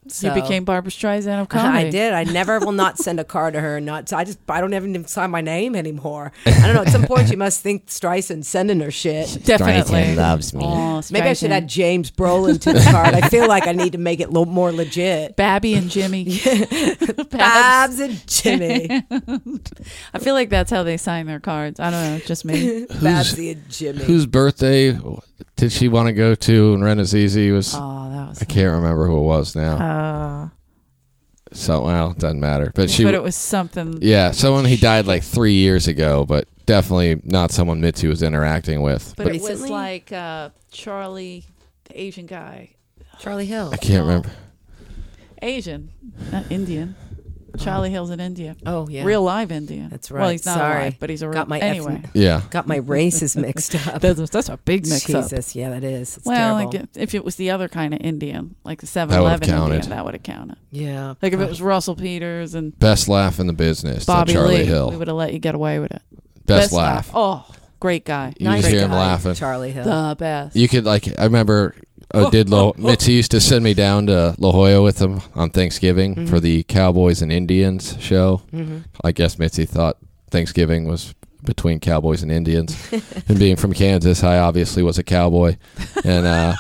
So
you became Barbara Streisand of comedy.
[laughs] I did. I never will not send a card to her. Not. I just. I don't even sign my name anymore. I don't know. At some point, you must think Streisand sending her shit.
Definitely.
Streisand loves me.
Aw,
Maybe I should
Streisand.
add James Brolin to the card. I feel like I need to make it a little more
[laughs]
legit.
Babby and
[laughs]
Jimmy. [laughs] Babs.
Babs and Jimmy.
I feel like that's how they sign their cards. I don't know, just
[laughs]
me.
Babsy and Jimmy.
Whose birthday did she want to go to? And Renazizi was.
oh, that was.
I can't remember who it was now.
Uh,
so well, it doesn't matter. But she.
but it was something.
yeah, someone he died like three years ago, but definitely not someone Mitzi was interacting with.
But it was
Recently?
like uh, Charlie, the Asian guy,
Charlie Hill.
I can't remember.
Asian, not Indian. Charlie Hill's in India,
Oh yeah.
real live Indian.
That's
Well,
right.
he's not
Sorry.
alive, but he's a real.
Got my F-
anyway.
Yeah.
Got my races mixed up.
That's, that's a big mix
Jesus.
up.
Yeah, that is. It's
Well,
terrible.
like, if it was the other kind of Indian, like the 7
would've
Eleven Indian,
counted.
that would have counted.
yeah.
Like if it was Russell Peters and
Best laugh in the business. the
Bobby
Charlie
Lee,
Hill.
we would have let you get away with it.
best, laugh.
Oh, great guy.
You just
Great
hear him
guy,
laughing.
Charlie Hill.
The best.
You could like I remember uh, did Lo- Mitzi used to send me down to La Jolla with him on Thanksgiving
Mm-hmm.
for the Cowboys and Indians show. I guess Mitzi thought Thanksgiving was between Cowboys and
[laughs]
Indians, and being from Kansas, I obviously was a cowboy, and uh,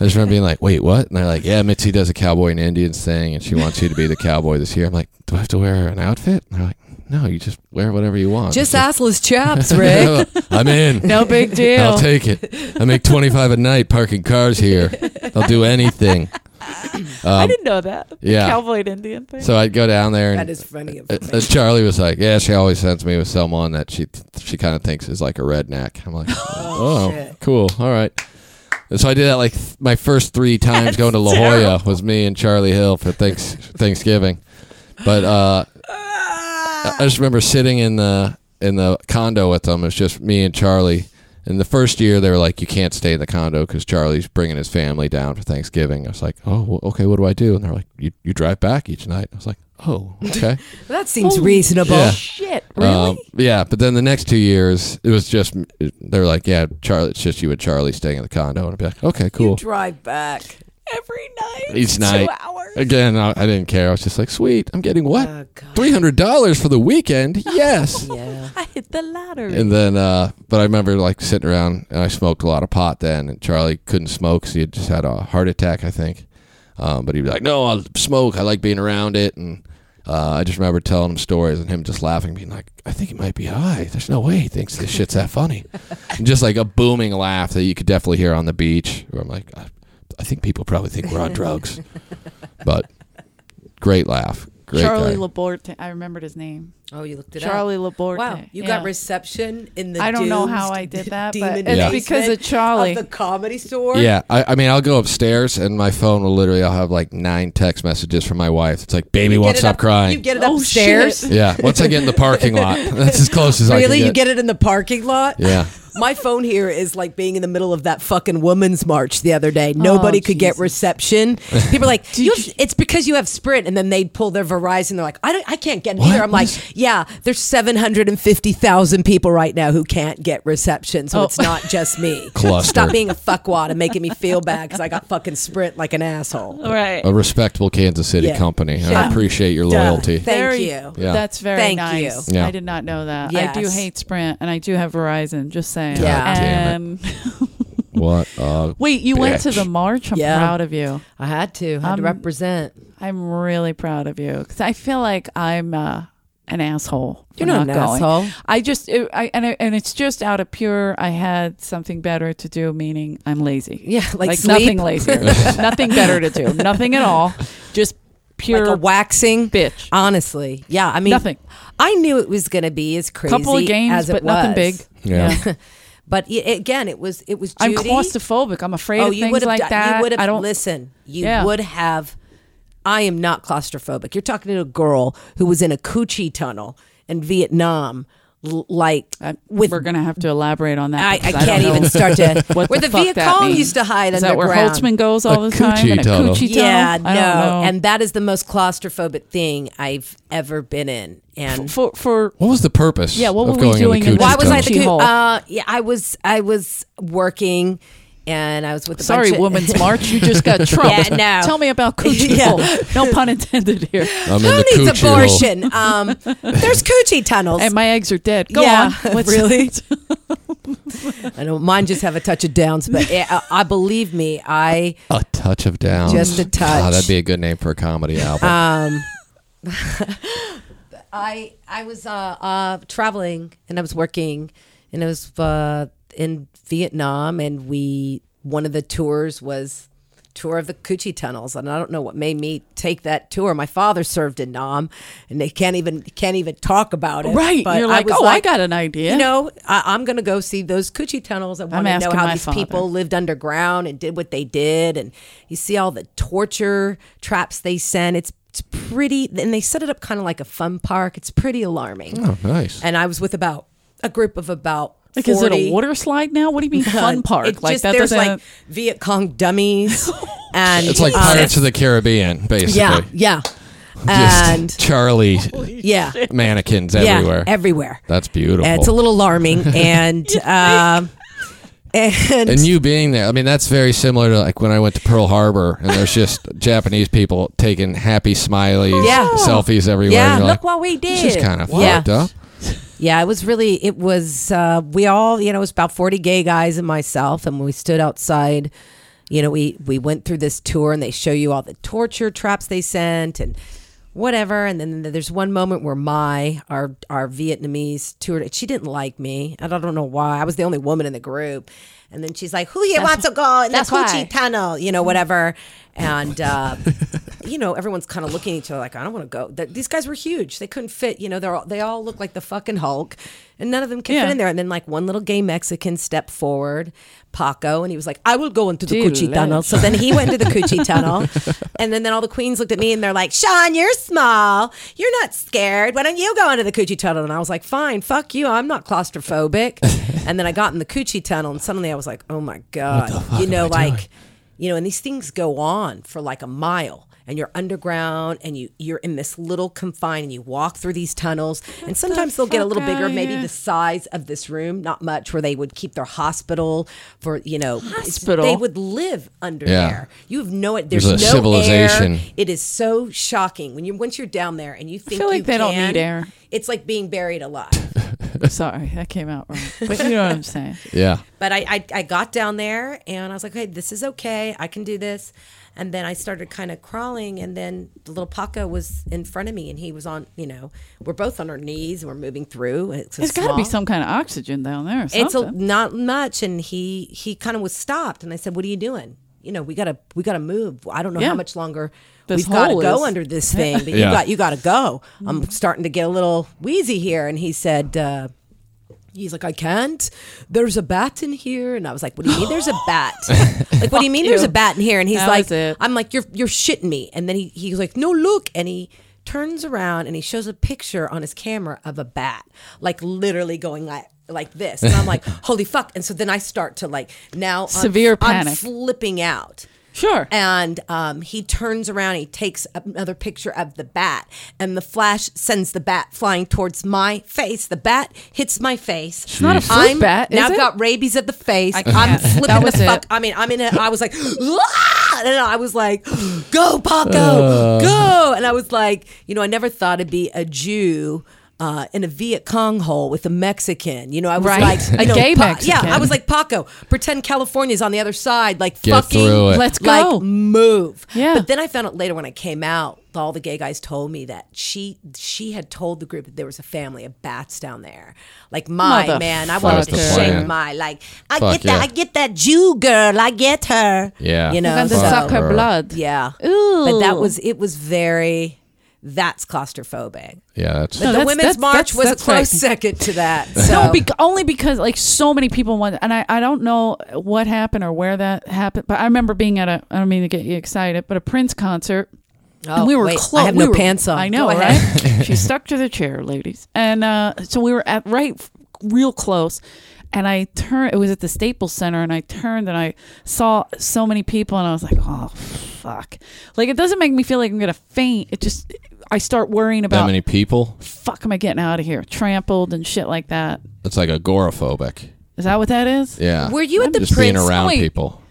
I just remember being like, "Wait, what?" And they're like, "Yeah, Mitzi does a Cowboy and Indians thing, and she wants you to be the cowboy this year." I'm like, "Do I have to wear an outfit?" And they're like, "No, you just wear whatever you want."
Just
It's
assless
[laughs]
chaps,
like,
Rick.
I'm in.
no big
[laughs]
deal.
I'll take it. I make twenty five a night parking cars here. I'll do anything.
I
Um,
didn't know that.
yeah.
Cowboy and Indian thing.
so I'd go down there,
That
and
is funny.
uh, uh, Charlie was like, "Yeah, she always sends me with someone that she she kind of thinks is like a redneck." I'm like, "Oh,
shit.
cool, all right." And so I did that like th- my first three times going to La Jolla was me and Charlie Hill for thanks Thanksgiving, but uh,
Ah.
I I just remember sitting in the in the condo with them. It's just me and Charlie. And the first year, they were like, "You can't stay in the condo because Charlie's bringing his family down for Thanksgiving." I was like, "Oh, well, okay. What do I do?" And they're like, "You you drive back each night." I was like,
[laughs]
"Oh, okay."
that seems
Holy
reasonable.
Yeah.
Shit, really?
Um, yeah. But then the next two years, it was just they're like, "Yeah, Charlie. It's just you and Charlie staying in the condo." And I'd be like, "Okay,
You
cool."
drive back.
Every night.
Each night.
Two hours.
Again, I, I didn't care. I was just like, "Sweet, I'm getting what
Oh, God.
three hundred dollars for the weekend?" Yes.
Yeah.
I hit the lottery.
And then, uh, but I remember like sitting around and I smoked a lot of pot then. And Charlie couldn't smoke because he had just had a heart attack, I think. Um, but he'd be like, no, I'll smoke. I like being around it. And uh, I just remember telling him stories and him just laughing, being like, I think he might be high. There's no way he thinks this shit's that funny. and just like a booming laugh that you could definitely hear on the beach. Where I'm like, I, I think people probably think we're on drugs. but great laugh. Great
Charlie
guy.
Laborte. I remembered his name.
Oh, you looked it up.
Charlie Laborte.
Wow, you
Yeah.
got reception in the.
I don't know how
doomsd-
I
[laughs]
did that, but
demon
it's
Yeah.
because of
basement
Charlie.
the comedy store.
Yeah, I, I mean, I'll go upstairs and my phone will literally. I'll have like nine text messages from my wife. It's like, baby,
You
won't
get it
stop
up- You
crying.
get it
Oh,
upstairs.
shit.
yeah, once I get in the parking
[laughs]
lot, that's as close as I
Really,
can
you get it in the parking lot.
Yeah.
My phone here is like being in the middle of that fucking woman's march the other day. Nobody could get
Oh, Jesus. [laughs]
reception. People are like, you have- it's because you have Sprint, and then they pull their Verizon. They're like, I don't, I can't get in
What?
here. I'm
What
like,
is-
yeah, there's 750,000 people right now who can't get reception, so
Oh.
it's not
[laughs]
just me.
Cluster.
Stop being a fuckwad and making me feel bad because I got fucking Sprint like an asshole.
All right.
A respectable Kansas City
Yeah.
company. I
Yeah.
appreciate your
Duh.
loyalty.
Thank
very,
you.
Yeah.
That's very
Thank
nice.
you. Yeah.
I did not know that. I do
Yes.
hate Sprint and I do have Verizon, just saying.
God
Yeah.
damn
And
What? Uh,
wait, you went to
Bitch.
the march? I'm
Yeah.
proud of you.
I had to, had to
Um,
represent.
I'm really proud of you because I feel like I'm uh, an asshole. for
You're not an
going.
asshole.
I just, it, I, and, I, and it's just out of pure, I had something better to do, meaning I'm lazy.
Yeah, like sleep.
nothing
[laughs]
lazier. nothing better to do. Nothing at all. Just pure
like a waxing
bitch.
Honestly, yeah. I mean,
Nothing.
I knew it was going to be as crazy
couple of games,
as it
but nothing
was.
big.
Yeah.
[laughs] But y again, it was it was
I'm
Judy.
claustrophobic. I'm afraid
oh,
of
you
things
would have
like
done-
that.
You would have
I don't
listen. You
Yeah.
would have. I am not claustrophobic. You're talking to a girl who was in a coochie tunnel in Vietnam, l- like
I,
with.
we're gonna have to elaborate on that.
I, I
because
can't
Uh, don't
even
know
start to.
[laughs] what
where the,
fuck
Viet
that
Cong
means.
used to hide
Is that where
underground.
Holtzman goes all
A
the time?
coochie
in a
tunnel.
coochie tunnel?
Yeah,
I don't know.
no, and that is the most claustrophobic thing I've ever been in. And
for for
what was the purpose?
Yeah, what
of
were we
going in the
doing in
Coochie
the
Why was uh,
Tunnel?
I at the
Coochie
coo-
hole.
Uh, yeah, I was I was working and I was with a
Sorry,
bunch of- [laughs]
Women's March. You just got trumped.
Yeah, no.
Tell me
[laughs]
about coochie
Yeah.
hole. No pun intended here.
I'm in
Who
the
needs
coochie hole.
abortion?
[laughs]
Um, there's coochie tunnels.
And my eggs are dead. Go
Yeah, [laughs]
on.
really? I know mine just have a touch of downs, but yeah, uh, I, I believe me, I
A touch of down. Ah,
Just a touch.
that'd be a good name for a comedy album.
um, I I was uh, uh, traveling and I was working and I was uh, in Vietnam and we one of the tours was tour of the Coochie tunnels and I don't know what made me take that tour. My father served in Nam and they can't even can't even talk about
[laughs]
it.
Right.
But
You're like,
was
oh, I got an idea.
you know, I, I'm going to go see those coochie tunnels. I want to know
asking
how
my
these
father.
people lived underground and did what they did. And you see all the torture traps they send. It's, it's pretty, and they set it up kind of like a fun park. It's pretty alarming.
oh, nice.
And I was with about a group of about
like,
40.
is it a
[laughs]
water slide now? What do you mean fun park?
It's
like
just,
that
there's
doesn't.
like Viet Cong
[laughs]
dummies. and
It's like
um,
Pirates of the Caribbean, basically.
Yeah, yeah.
Just
And
Charlie
[laughs]
yeah,
mannequins
yeah,
everywhere.
everywhere.
That's beautiful.
And it's a little alarming,
[laughs]
and
[laughs]
um, and
and you being there, I mean, that's very similar to like when I went to Pearl Harbor, and there's
[laughs]
just Japanese people taking happy smileys,
Yeah.
selfies everywhere.
Yeah,
and you're
look
like,
what we did.
this is kind of
yeah.
fucked up.
Yeah, it was really. It was. Uh, we all, you know, it was about forty gay guys and myself, and we stood outside. You know, we we went through this tour, and they show you all the torture traps they sent, and whatever. And then there's one moment where Mai, our our Vietnamese tour, she didn't like me. and I don't know why. I was the only woman in the group. And then she's like, "Who here wants to go in the
that's why.
coochie tunnel?" You know, whatever. And uh, you know, everyone's kind of looking at each other like, I don't want to go. Th- these guys were huge. They couldn't fit. You know, they're all, they all look like the fucking Hulk, and none of them can
Yeah.
fit in there. And then like one little gay Mexican stepped forward, Paco, and he was like, I will go into the
Delicious.
coochie tunnel. So then he went into the
[laughs]
coochie tunnel, and then then all the queens looked at me and they're like, Sean, you're small. You're not scared. Why don't you go into the coochie tunnel? And I was like, Fine, fuck you. I'm not
[laughs]
claustrophobic. and then I got in the coochie tunnel, and suddenly I was like, Oh my god, you know, like you know and these things go on for like a mile and you're underground and you you're in this little confine and you walk through these tunnels and sometimes they'll get a
fuck
little bigger
outta
maybe
here.
the size of this room not much where they would keep their hospital for you know it's-
Hospital?
they would live under
Yeah.
there you have no there's,
There's a
no
civilization.
air. it is so shocking when you once you're down there and you think
feel like
you
they don't
can,
need air.
it's like being buried alive
Sorry, that came out wrong. But you know
[laughs]
what I'm saying.
Yeah.
But I, I, I got down there and I was like, okay, this is okay. I can do this. And then I started kind of crawling. And then the little Paco was in front of me and he was on, you know, we're both on our knees and we're moving through. It's, a
There's got to be
small-
some kind of oxygen down there. Or
It's a,
something.
not much. And he, he kind of was stopped. And I said, what are you doing? You know, we gotta we gotta move. I don't know
Yeah.
how much longer
This
we've got to
hole
go
is- [laughs]
under this thing, but you
Yeah.
got you got to go. I'm starting to get a little wheezy here. And he said. Uh, He's like, I can't. There's a bat in here, and I was like, What do you mean? There's a
[laughs]
bat. like, what do you mean? There's a bat in here? And he's
That
like,
was it.
I'm like, You're you're shitting me. And then he he's like, No, look. And he turns around and he shows a picture on his camera of a bat, like literally going like like this. And
[laughs]
I'm like, Holy fuck! And so then I start to like now I'm-
Severe
I'm
panic.
flipping out.
sure.
And um, he turns around, he takes another picture of the bat, and the flash sends the bat flying towards my face. The bat hits my face. It's
not a Jeez. fruit
bat, is
Now I've
it?
got rabies of the face.
I
I'm
can't.
flipping
That
the
was it.
fuck. I mean, I'm in it. I was like, "Ah!" and I was like, go, Paco,
Uh.
go. And I was like, you know, I never thought it'd be a Jew. Uh, in a Viet Cong hole with a Mexican, you know, I was
Right.
like,
[laughs] A
you know,
gay
Pa-
Mexican.
Yeah, I was like Paco. Pretend California's on the other side, like
Get
fucking
through it.
Let's
like,
go.
move.
Yeah.
But then I found out later when I came out, all the gay guys told me that she she had told the group that there was a family of bats down there. Like my
Motherfucker.
man, I wanted to
That's the
shake
plan.
my like I
Fuck
get that
yeah.
I get that Jew girl, I get her.
Yeah.
You know,
and to
so-
suck her
Fuck.
blood.
yeah.
Ooh.
But that was it was very that's claustrophobic.
Yeah. That's
the
that's-
women's
that's-
march
that's-
was
that's
a close
frightening.
second to that. So.
No, bec- only because like so many people want, and I, I don't know what happened or where that happened, but I remember being at a I don't mean to get you excited, but a Prince concert.
Oh,
and we were
wait, I
close.
have
we
no
were-
pants on.
I know,
Go
right? [laughs] she stuck to the chair, ladies, and uh, so we were at right, real close. And I turned. It was at the Staples Center, and I turned and I saw so many people, and I was like, "Oh, fuck!" Like it doesn't make me feel like I'm gonna faint. It just, I start worrying
that
about,
many people.
"Fuck, am I getting out of here? Trampled and shit like that."
It's like agoraphobic.
Is that what that is?
Yeah.
Were you at the
just being
Prince-
around
wait.
people?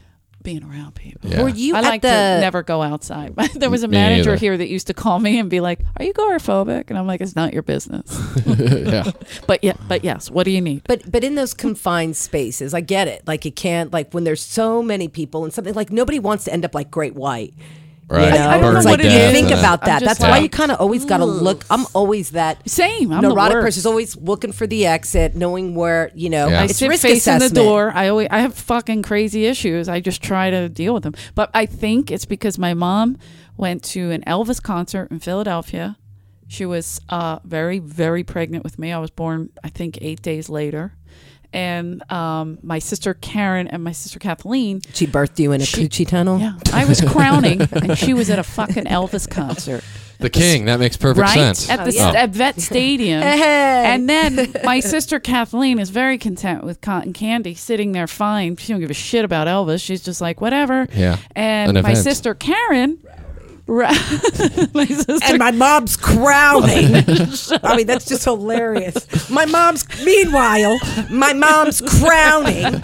Being around people.
Yeah. [laughs]
Were you
I
at
like
the
to never go outside. [laughs] there was a
Me
manager
neither.
here that used to call me and be like, "Are you agoraphobic?" And I'm like, "It's not your business." [laughs]
[laughs]
yeah.
But yeah, but yes. What do you need?
But but in those confined spaces, I get it. Like you can't like when there's so many people and something like nobody wants to end up like Great White. you
Right.
I
know?
don't know
Burn
It's
to
what
like,
it
you
death
is.
Think
and-
about that.
I'm just
That's why
like-
you kind of always got to look. I'm always that
Same. I'm
neurotic
the worst.
person. is always looking for the exit, knowing where you know.
Yeah. I
I
It's
sit
risk
facing
assessment.
the door. I always I have fucking crazy issues. I just try to deal with them. But I think it's because my mom went to an Elvis concert in Philadelphia. She was uh, very very pregnant with me. I was born I think eight days later, and um, my sister Karen and my sister Kathleen.
She birthed you in a
She-
coochie tunnel.
Yeah, I was crowning, and she was at a fucking Elvis concert.
The king. That makes perfect
right
sense.
at the
Oh.
at Vet Stadium.
[laughs] Hey.
And
[laughs]
then my sister Kathleen is very content with cotton candy sitting there fine. She don't give a shit about Elvis. She's just like whatever.
Yeah.
And
An
my
event.
sister Karen. Ra- [laughs] my sister
And my
[laughs]
mom's crowning. I mean, that's just hilarious. My mom's, meanwhile, my mom's crowning.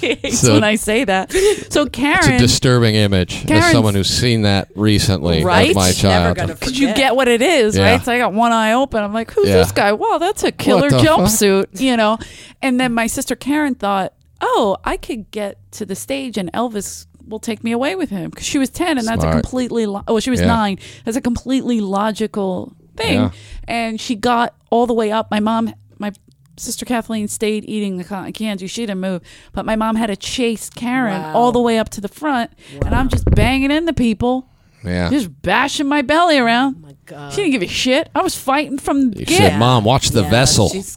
hates
So-
when I say that. So
It's a
Karen,
disturing image as
Karen's-
someone who's seen that recently
Right?
of my
She's
child.
could you get what it is,
Yeah.
right? So I got one eye open. I'm like, who's
Yeah.
this guy? Wow, that's a killer
the
jumpsuit, you know. And then my sister Karen thought, oh, I could get to the stage and Elvis will take me away with him because she was 10 and that's a
Smart.
completely lo- oh she was
Yeah.
9 that's a completely logical thing
Yeah.
and she got all the way up my mom my sister kathleen stayed eating the cotton candy she didn't move but my mom had to chase karen
Wow.
all the way up to the front and i'm just banging into people
yeah.
just bashing my belly around. Oh my
God.
She didn't give a shit. I was fighting from the
You
get.
said, Mom, watch the
Yeah,
vessel.
she's-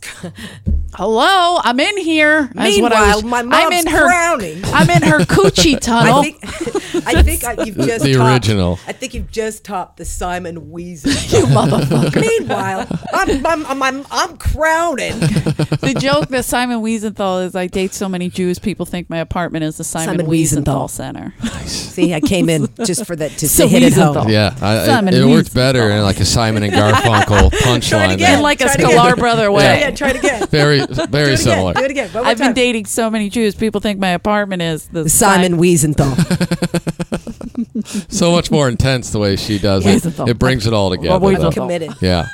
Hello, I'm in here. That's what I was-
Meanwhile, my
I'm in
mom's
her,
frowning.
I'm in her
[laughs]
coochie tunnel.
I think, I think I, you've just
The
topped-
original.
I think you've just topped the Simon Weasel. you motherfucker. Meanwhile, I'm, I'm, I'm, I'm, I'm crowning.
the joke that Simon Wiesenthal is I date so many Jews, people think my apartment is the Simon,
Simon
Wiesenthal.
Wiesenthal.
Center.
See, I came in just for that, just
So
to hit it
Wiesenthal.
home.
yeah. I,
Simon
it, it worked
Wiesenthal.
better in like a Simon and
[laughs]
Garfunkel punchline.
again.
In
there.
like a
Try to get-
Scalar brother
Try it
way.
again. Try it again.
Very,
[laughs] Do
very
it
similar.
again. Do it again. One more
I've been
time.
dating so many Jews, people think my apartment is the
Simon Wiesenthal.
So much more intense the way she does it.
Wiesenthal.
It brings it all together.
Well,
though.
I'm
Wiesenthal.
committed.
Yeah.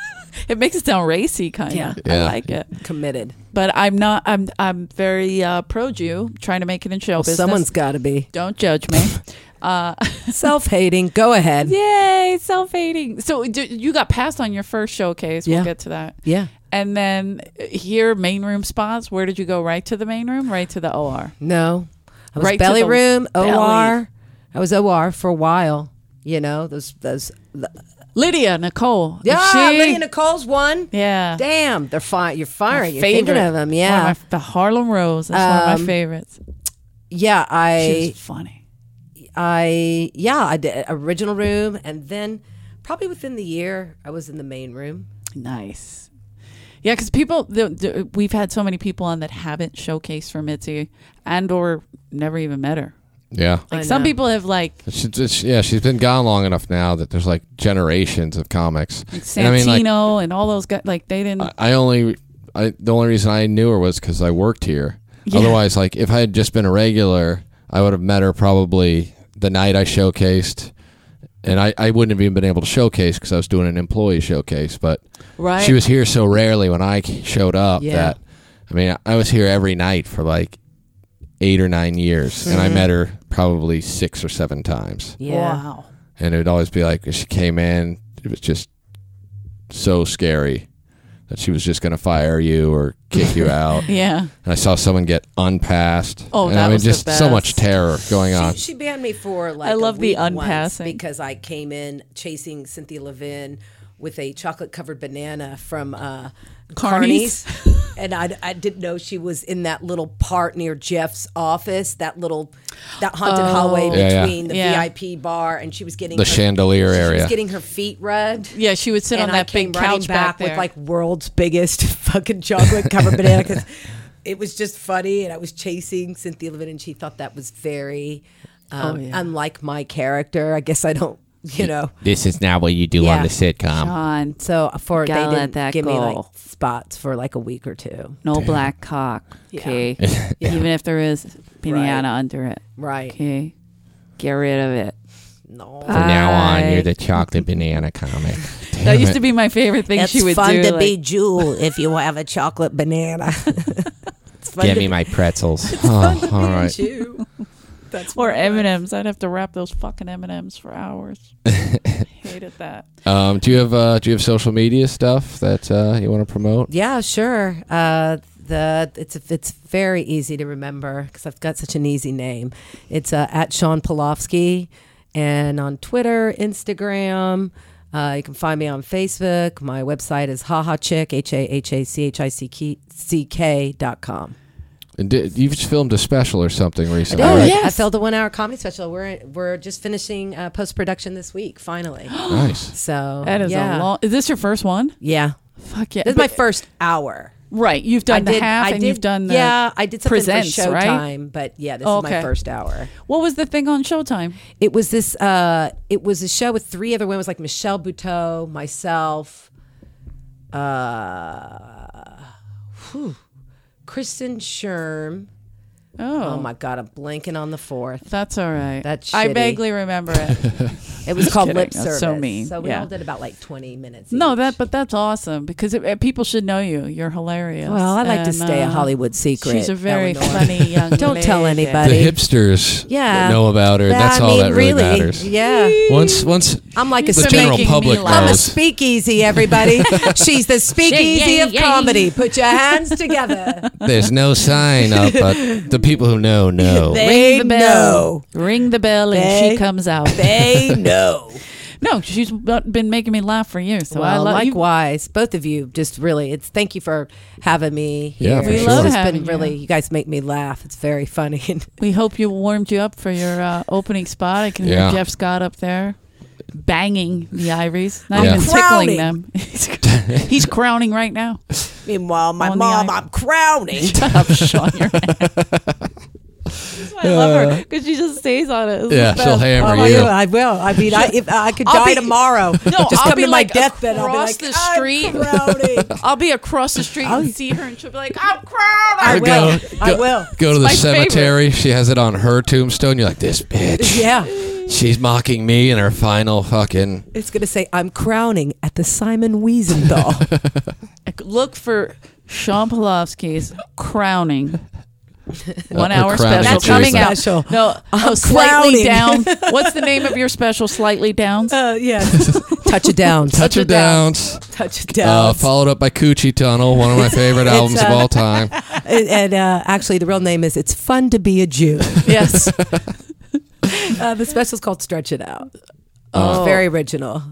It makes it sound racy, kind of.
Yeah.
Yeah.
I like it.
Committed.
but I'm not. I'm I'm very uh, pro Jew, trying to make it in show business.
Someone's got to be
don't judge [laughs] me. uh,
self-hating. Go ahead.
yay, self hating. So d- you got passed on your first showcase. We'll
Yeah.
get to that.
Yeah.
And then uh, here, main room spots. Where did you go? Right to the main room, right to the OR.
No. I was
Right to
belly
the
room,
belly.
OR. I was OR for a while. You know, those those
Lydia Nicole.
Yeah,
she,
Lydia Nicole's one.
Yeah.
Damn, they're fi- you're
My
firing. You're
favorite.
thinking of them.
One of my
Yeah.
f- the Harlem Rose. That's one of my
Um,
favorites.
yeah,
She's
I
funny.
I yeah, I did original room and then probably within the year I was in the main room.
Nice. Yeah, because people, the, the, we've had so many people on that haven't showcased for Mitzi and or never even met her.
Yeah.
Like
I
some
know.
people have like
She, it's- yeah, she's been gone long enough now that there's like generations of comics. And
Santino
I mean, like,
and all those guys. Like they didn't.
I, I only, I the only reason I knew her was because I worked here.
Yeah.
Otherwise, like if I had just been a regular, I would have met her probably the night I showcased, and I, I wouldn't have even been able to showcase because I was doing an employee showcase. But
right.
she was here so rarely when I showed up
Yeah.
that I mean I was here every night for like eight or nine years, and
Mm-hmm.
I met her probably six or seven times
Yeah.
Wow.
and it would always be like she came in it was just so scary that she was just going to fire you or kick
[laughs]
you out
Yeah.
and i saw someone get unpassed
Oh,
and
that
i mean
was the
just so much
best.
terror going on
She, she banned me for like
Uh, I
a
love the
week once
unpassing.
because I came in chasing Cynthia Levin with a chocolate covered banana from uh,
Carney's?
Carney's, and I, I didn't know she was in that little part near Jeff's office, that little that haunted hallway
Yeah, yeah.
between
Oh. Yeah.
the VIP bar, and she was getting
the
her-
chandelier
She
area
was getting her feet rubbed.
Yeah. She would sit
and
on that
I came
big
running
couch back, there.
with like world's biggest [laughs] fucking chocolate covered banana
[laughs]
'cause it was just funny, and I was chasing Cynthia Levin, and she thought that was very um,
Oh, yeah.
unlike my character. I guess I don't you know.
This is not what you do
Yeah.
on the sitcom.
John,
So for they
Gotta let
didn't
that
give me like
go.
spots for like a week or two.
no black cock.
[laughs]
Okay.
Yeah.
Even if there is pinata under it.
Right.
Okay. Get rid of it.
No.
From now on,
Bye.
you're the chocolate banana comic.
that used to be my favorite thing she would
it's fun
do.
to
like, [laughs]
be Jewel if you have a chocolate banana. [laughs] it's fun
Give
to
me my pretzels. Oh, all right.
Jew. That's
or
what it
M
was.
and M's. I'd have to wrap those fucking M and M's
[laughs]
for hours. Hated that.
Um, do you have uh, do you have social media stuff that uh, you want to promote?
Yeah, sure. Uh, the it's it's very easy to remember because I've got such an easy name. It's uh, at Sean Polofsky, and on Twitter, Instagram. Uh, you can find me on Facebook. My website is hahachick, h a h a c h i c k c k dot com.
And di- you've just filmed a special or something recently.
did. Oh,
right?
yes.
I filmed a one-hour comedy special. We're we're just finishing uh, post-production this
[gasps]
week, finally.
Nice.
So
That is
yeah.
a long. Is this your first one?
Yeah,
Fuck yeah.
this is my
But-
first hour.
right. You've done the half, and you've done the.
yeah. I did something
presents,
for
right?
Showtime, but yeah, this
Oh,
is my
okay.
first hour.
What was the thing on Showtime?
It was this. Uh, it was a show with three other women. It was like Michelle Buteau, myself, uh, whew, Kristen Sherm.
Oh,
Oh. my god, I'm blanking on the [laughs] fourth.
that's all right.
That's
I
shitty.
vaguely
[laughs]
remember it.
It was called
kidding.
Lip
That's
Service.
so mean.
So we
Yeah.
all did about like 20 minutes.
no,
each.
that but that's awesome because it, uh, people should know you. You're hilarious.
Well, I like
And,
to stay a
uh,
Hollywood secret.
She's a very
Eleanor. [laughs]
funny young.
Don't tell
lady.
The
anybody. Buddy.
hipsters
Yeah.
know about her.
Yeah,
That's
I
all
mean,
that really, matters.
Yeah.
Once once
I'm like a
the
They're
general
speaking.
making me
public
laugh.
I'm a
Yes.
knows.
speakeasy, everybody. She's the speakeasy of comedy. Put your hands together.
There's no sign up, but the people who know know.
They
Ring the bell.
know.
Ring the bell, and
They-
she comes out.
They know.
No, she's been making me laugh for years. So I
[laughs] well,
like
likewise, both of you. Just really, it's thank you for having me.
Yeah,
here.
for We
love
It's
having
been
you.
really. You guys make me laugh. It's very funny. [laughs] And
We hope you warmed you up for your uh, opening spot. I can
Yeah.
hear Jeff Scott up there banging the ivories, not
Yeah.
even tickling
Crowning.
them. [laughs] He's, he's crowning right now. [laughs]
meanwhile, my
On the mom, island.
I'm crowning. [laughs]
Shut up, Sean. Your [laughs] That's why I love her because she just stays on it. It's the
Yeah, she'll
best.
hammer
Oh,
you.
yeah, I will. I mean, I, if I could
I'll be-
die tomorrow,
No,
just
I'll
come
be
to my
like
deathbed. I'll be
across
like,
the
"I'm
street."
crowning."
I'll be across the street and see her, and she'll be like,
[laughs]
"I'm crowning."
I
Or
will. I
go-
will.
Go to the
my favorite.
cemetery. She has it on her tombstone. You're like, this bitch.
Yeah.
She's mocking me in her final fucking.
It's going to say, I'm crowning at the Simon Wiesenthal.
Look for Sean Pulofsky's
[laughs]
crowning. One
her
hour
crowning
special
is
coming
Tuesday.
out.
Special.
No,
[laughs]
oh, slightly down.
crowning. [laughs]
What's the name of your special? Slightly down.
uh, yeah. [laughs] Touch it down.
Touch of Downs,
Touch it
uh,
down.
followed up by Coochie Tunnel, one of my
[laughs]
favorite albums of
uh,
all time.
[laughs] and and, uh, actually, the real name is It's Fun to Be a Jew.
Yes.
Uh, the special's called Stretch It Out.
Oh.
It's very original.
[laughs]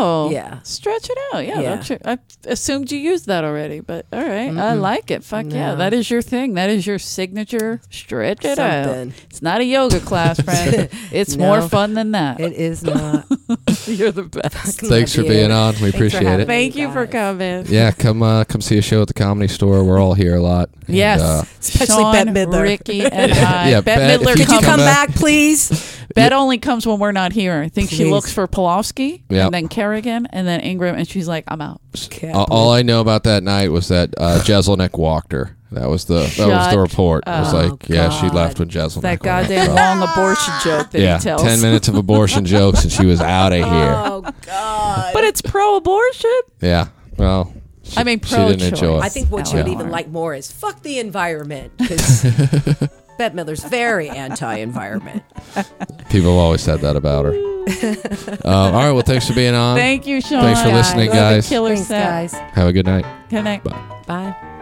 Oh.
Yeah.
Stretch it out. Yeah.
Yeah.
I'm sure- I assumed you used that already, but all right. I like it. Fuck yeah.
No.
That is your thing. That is your signature. Stretch it out.
Something.
It's not a yoga class,
[laughs]
friend. It's more
No.
fun than that.
It is not.
You're the best.
Thanks for being on. We appreciate it.
having me.
Thank you for
guys.
coming.
Yeah, come uh, come see a show at the Comedy Store. We're all here a lot. And,
Yes,
uh,
Especially
Sean,
Bette Midler.
[laughs]
Ricky, and I.
Yeah,
Bette
Bette,
Midler
if you
Could you
comes.
come
Come back.
back, please?
Bette only comes when we're not here. I think she
Please.
looks for Pulowski,
Yeah.
and then Kerrigan, and then Ingram, and she's like, "I'm out."
Okay.
Uh, all I know about that night was that uh, Jezelnik walked her. That was the that was
Shut Oh,
the report. It was
up.
like, yeah, she
God.
left when Jezelnik. left. So,
That [laughs] goddamn long abortion joke that
yeah,
he tells.
ten minutes of abortion jokes, and she was out
[laughs]
of here.
Oh, God.
But it's pro-abortion.
Yeah, well, she,
I mean,
she didn't
pro-choice.
enjoy. It.
I think what you would
Yeah.
even like more is fuck the environment because Bette Midler's very anti-environment.
People have always said that about
[laughs]
her. um, all right, well, thanks for being on.
Thank you, Sean.
Um, Thanks for listening,
That was
guys.
a Killer set.
Have a good night.
Good night.
Bye.
Bye.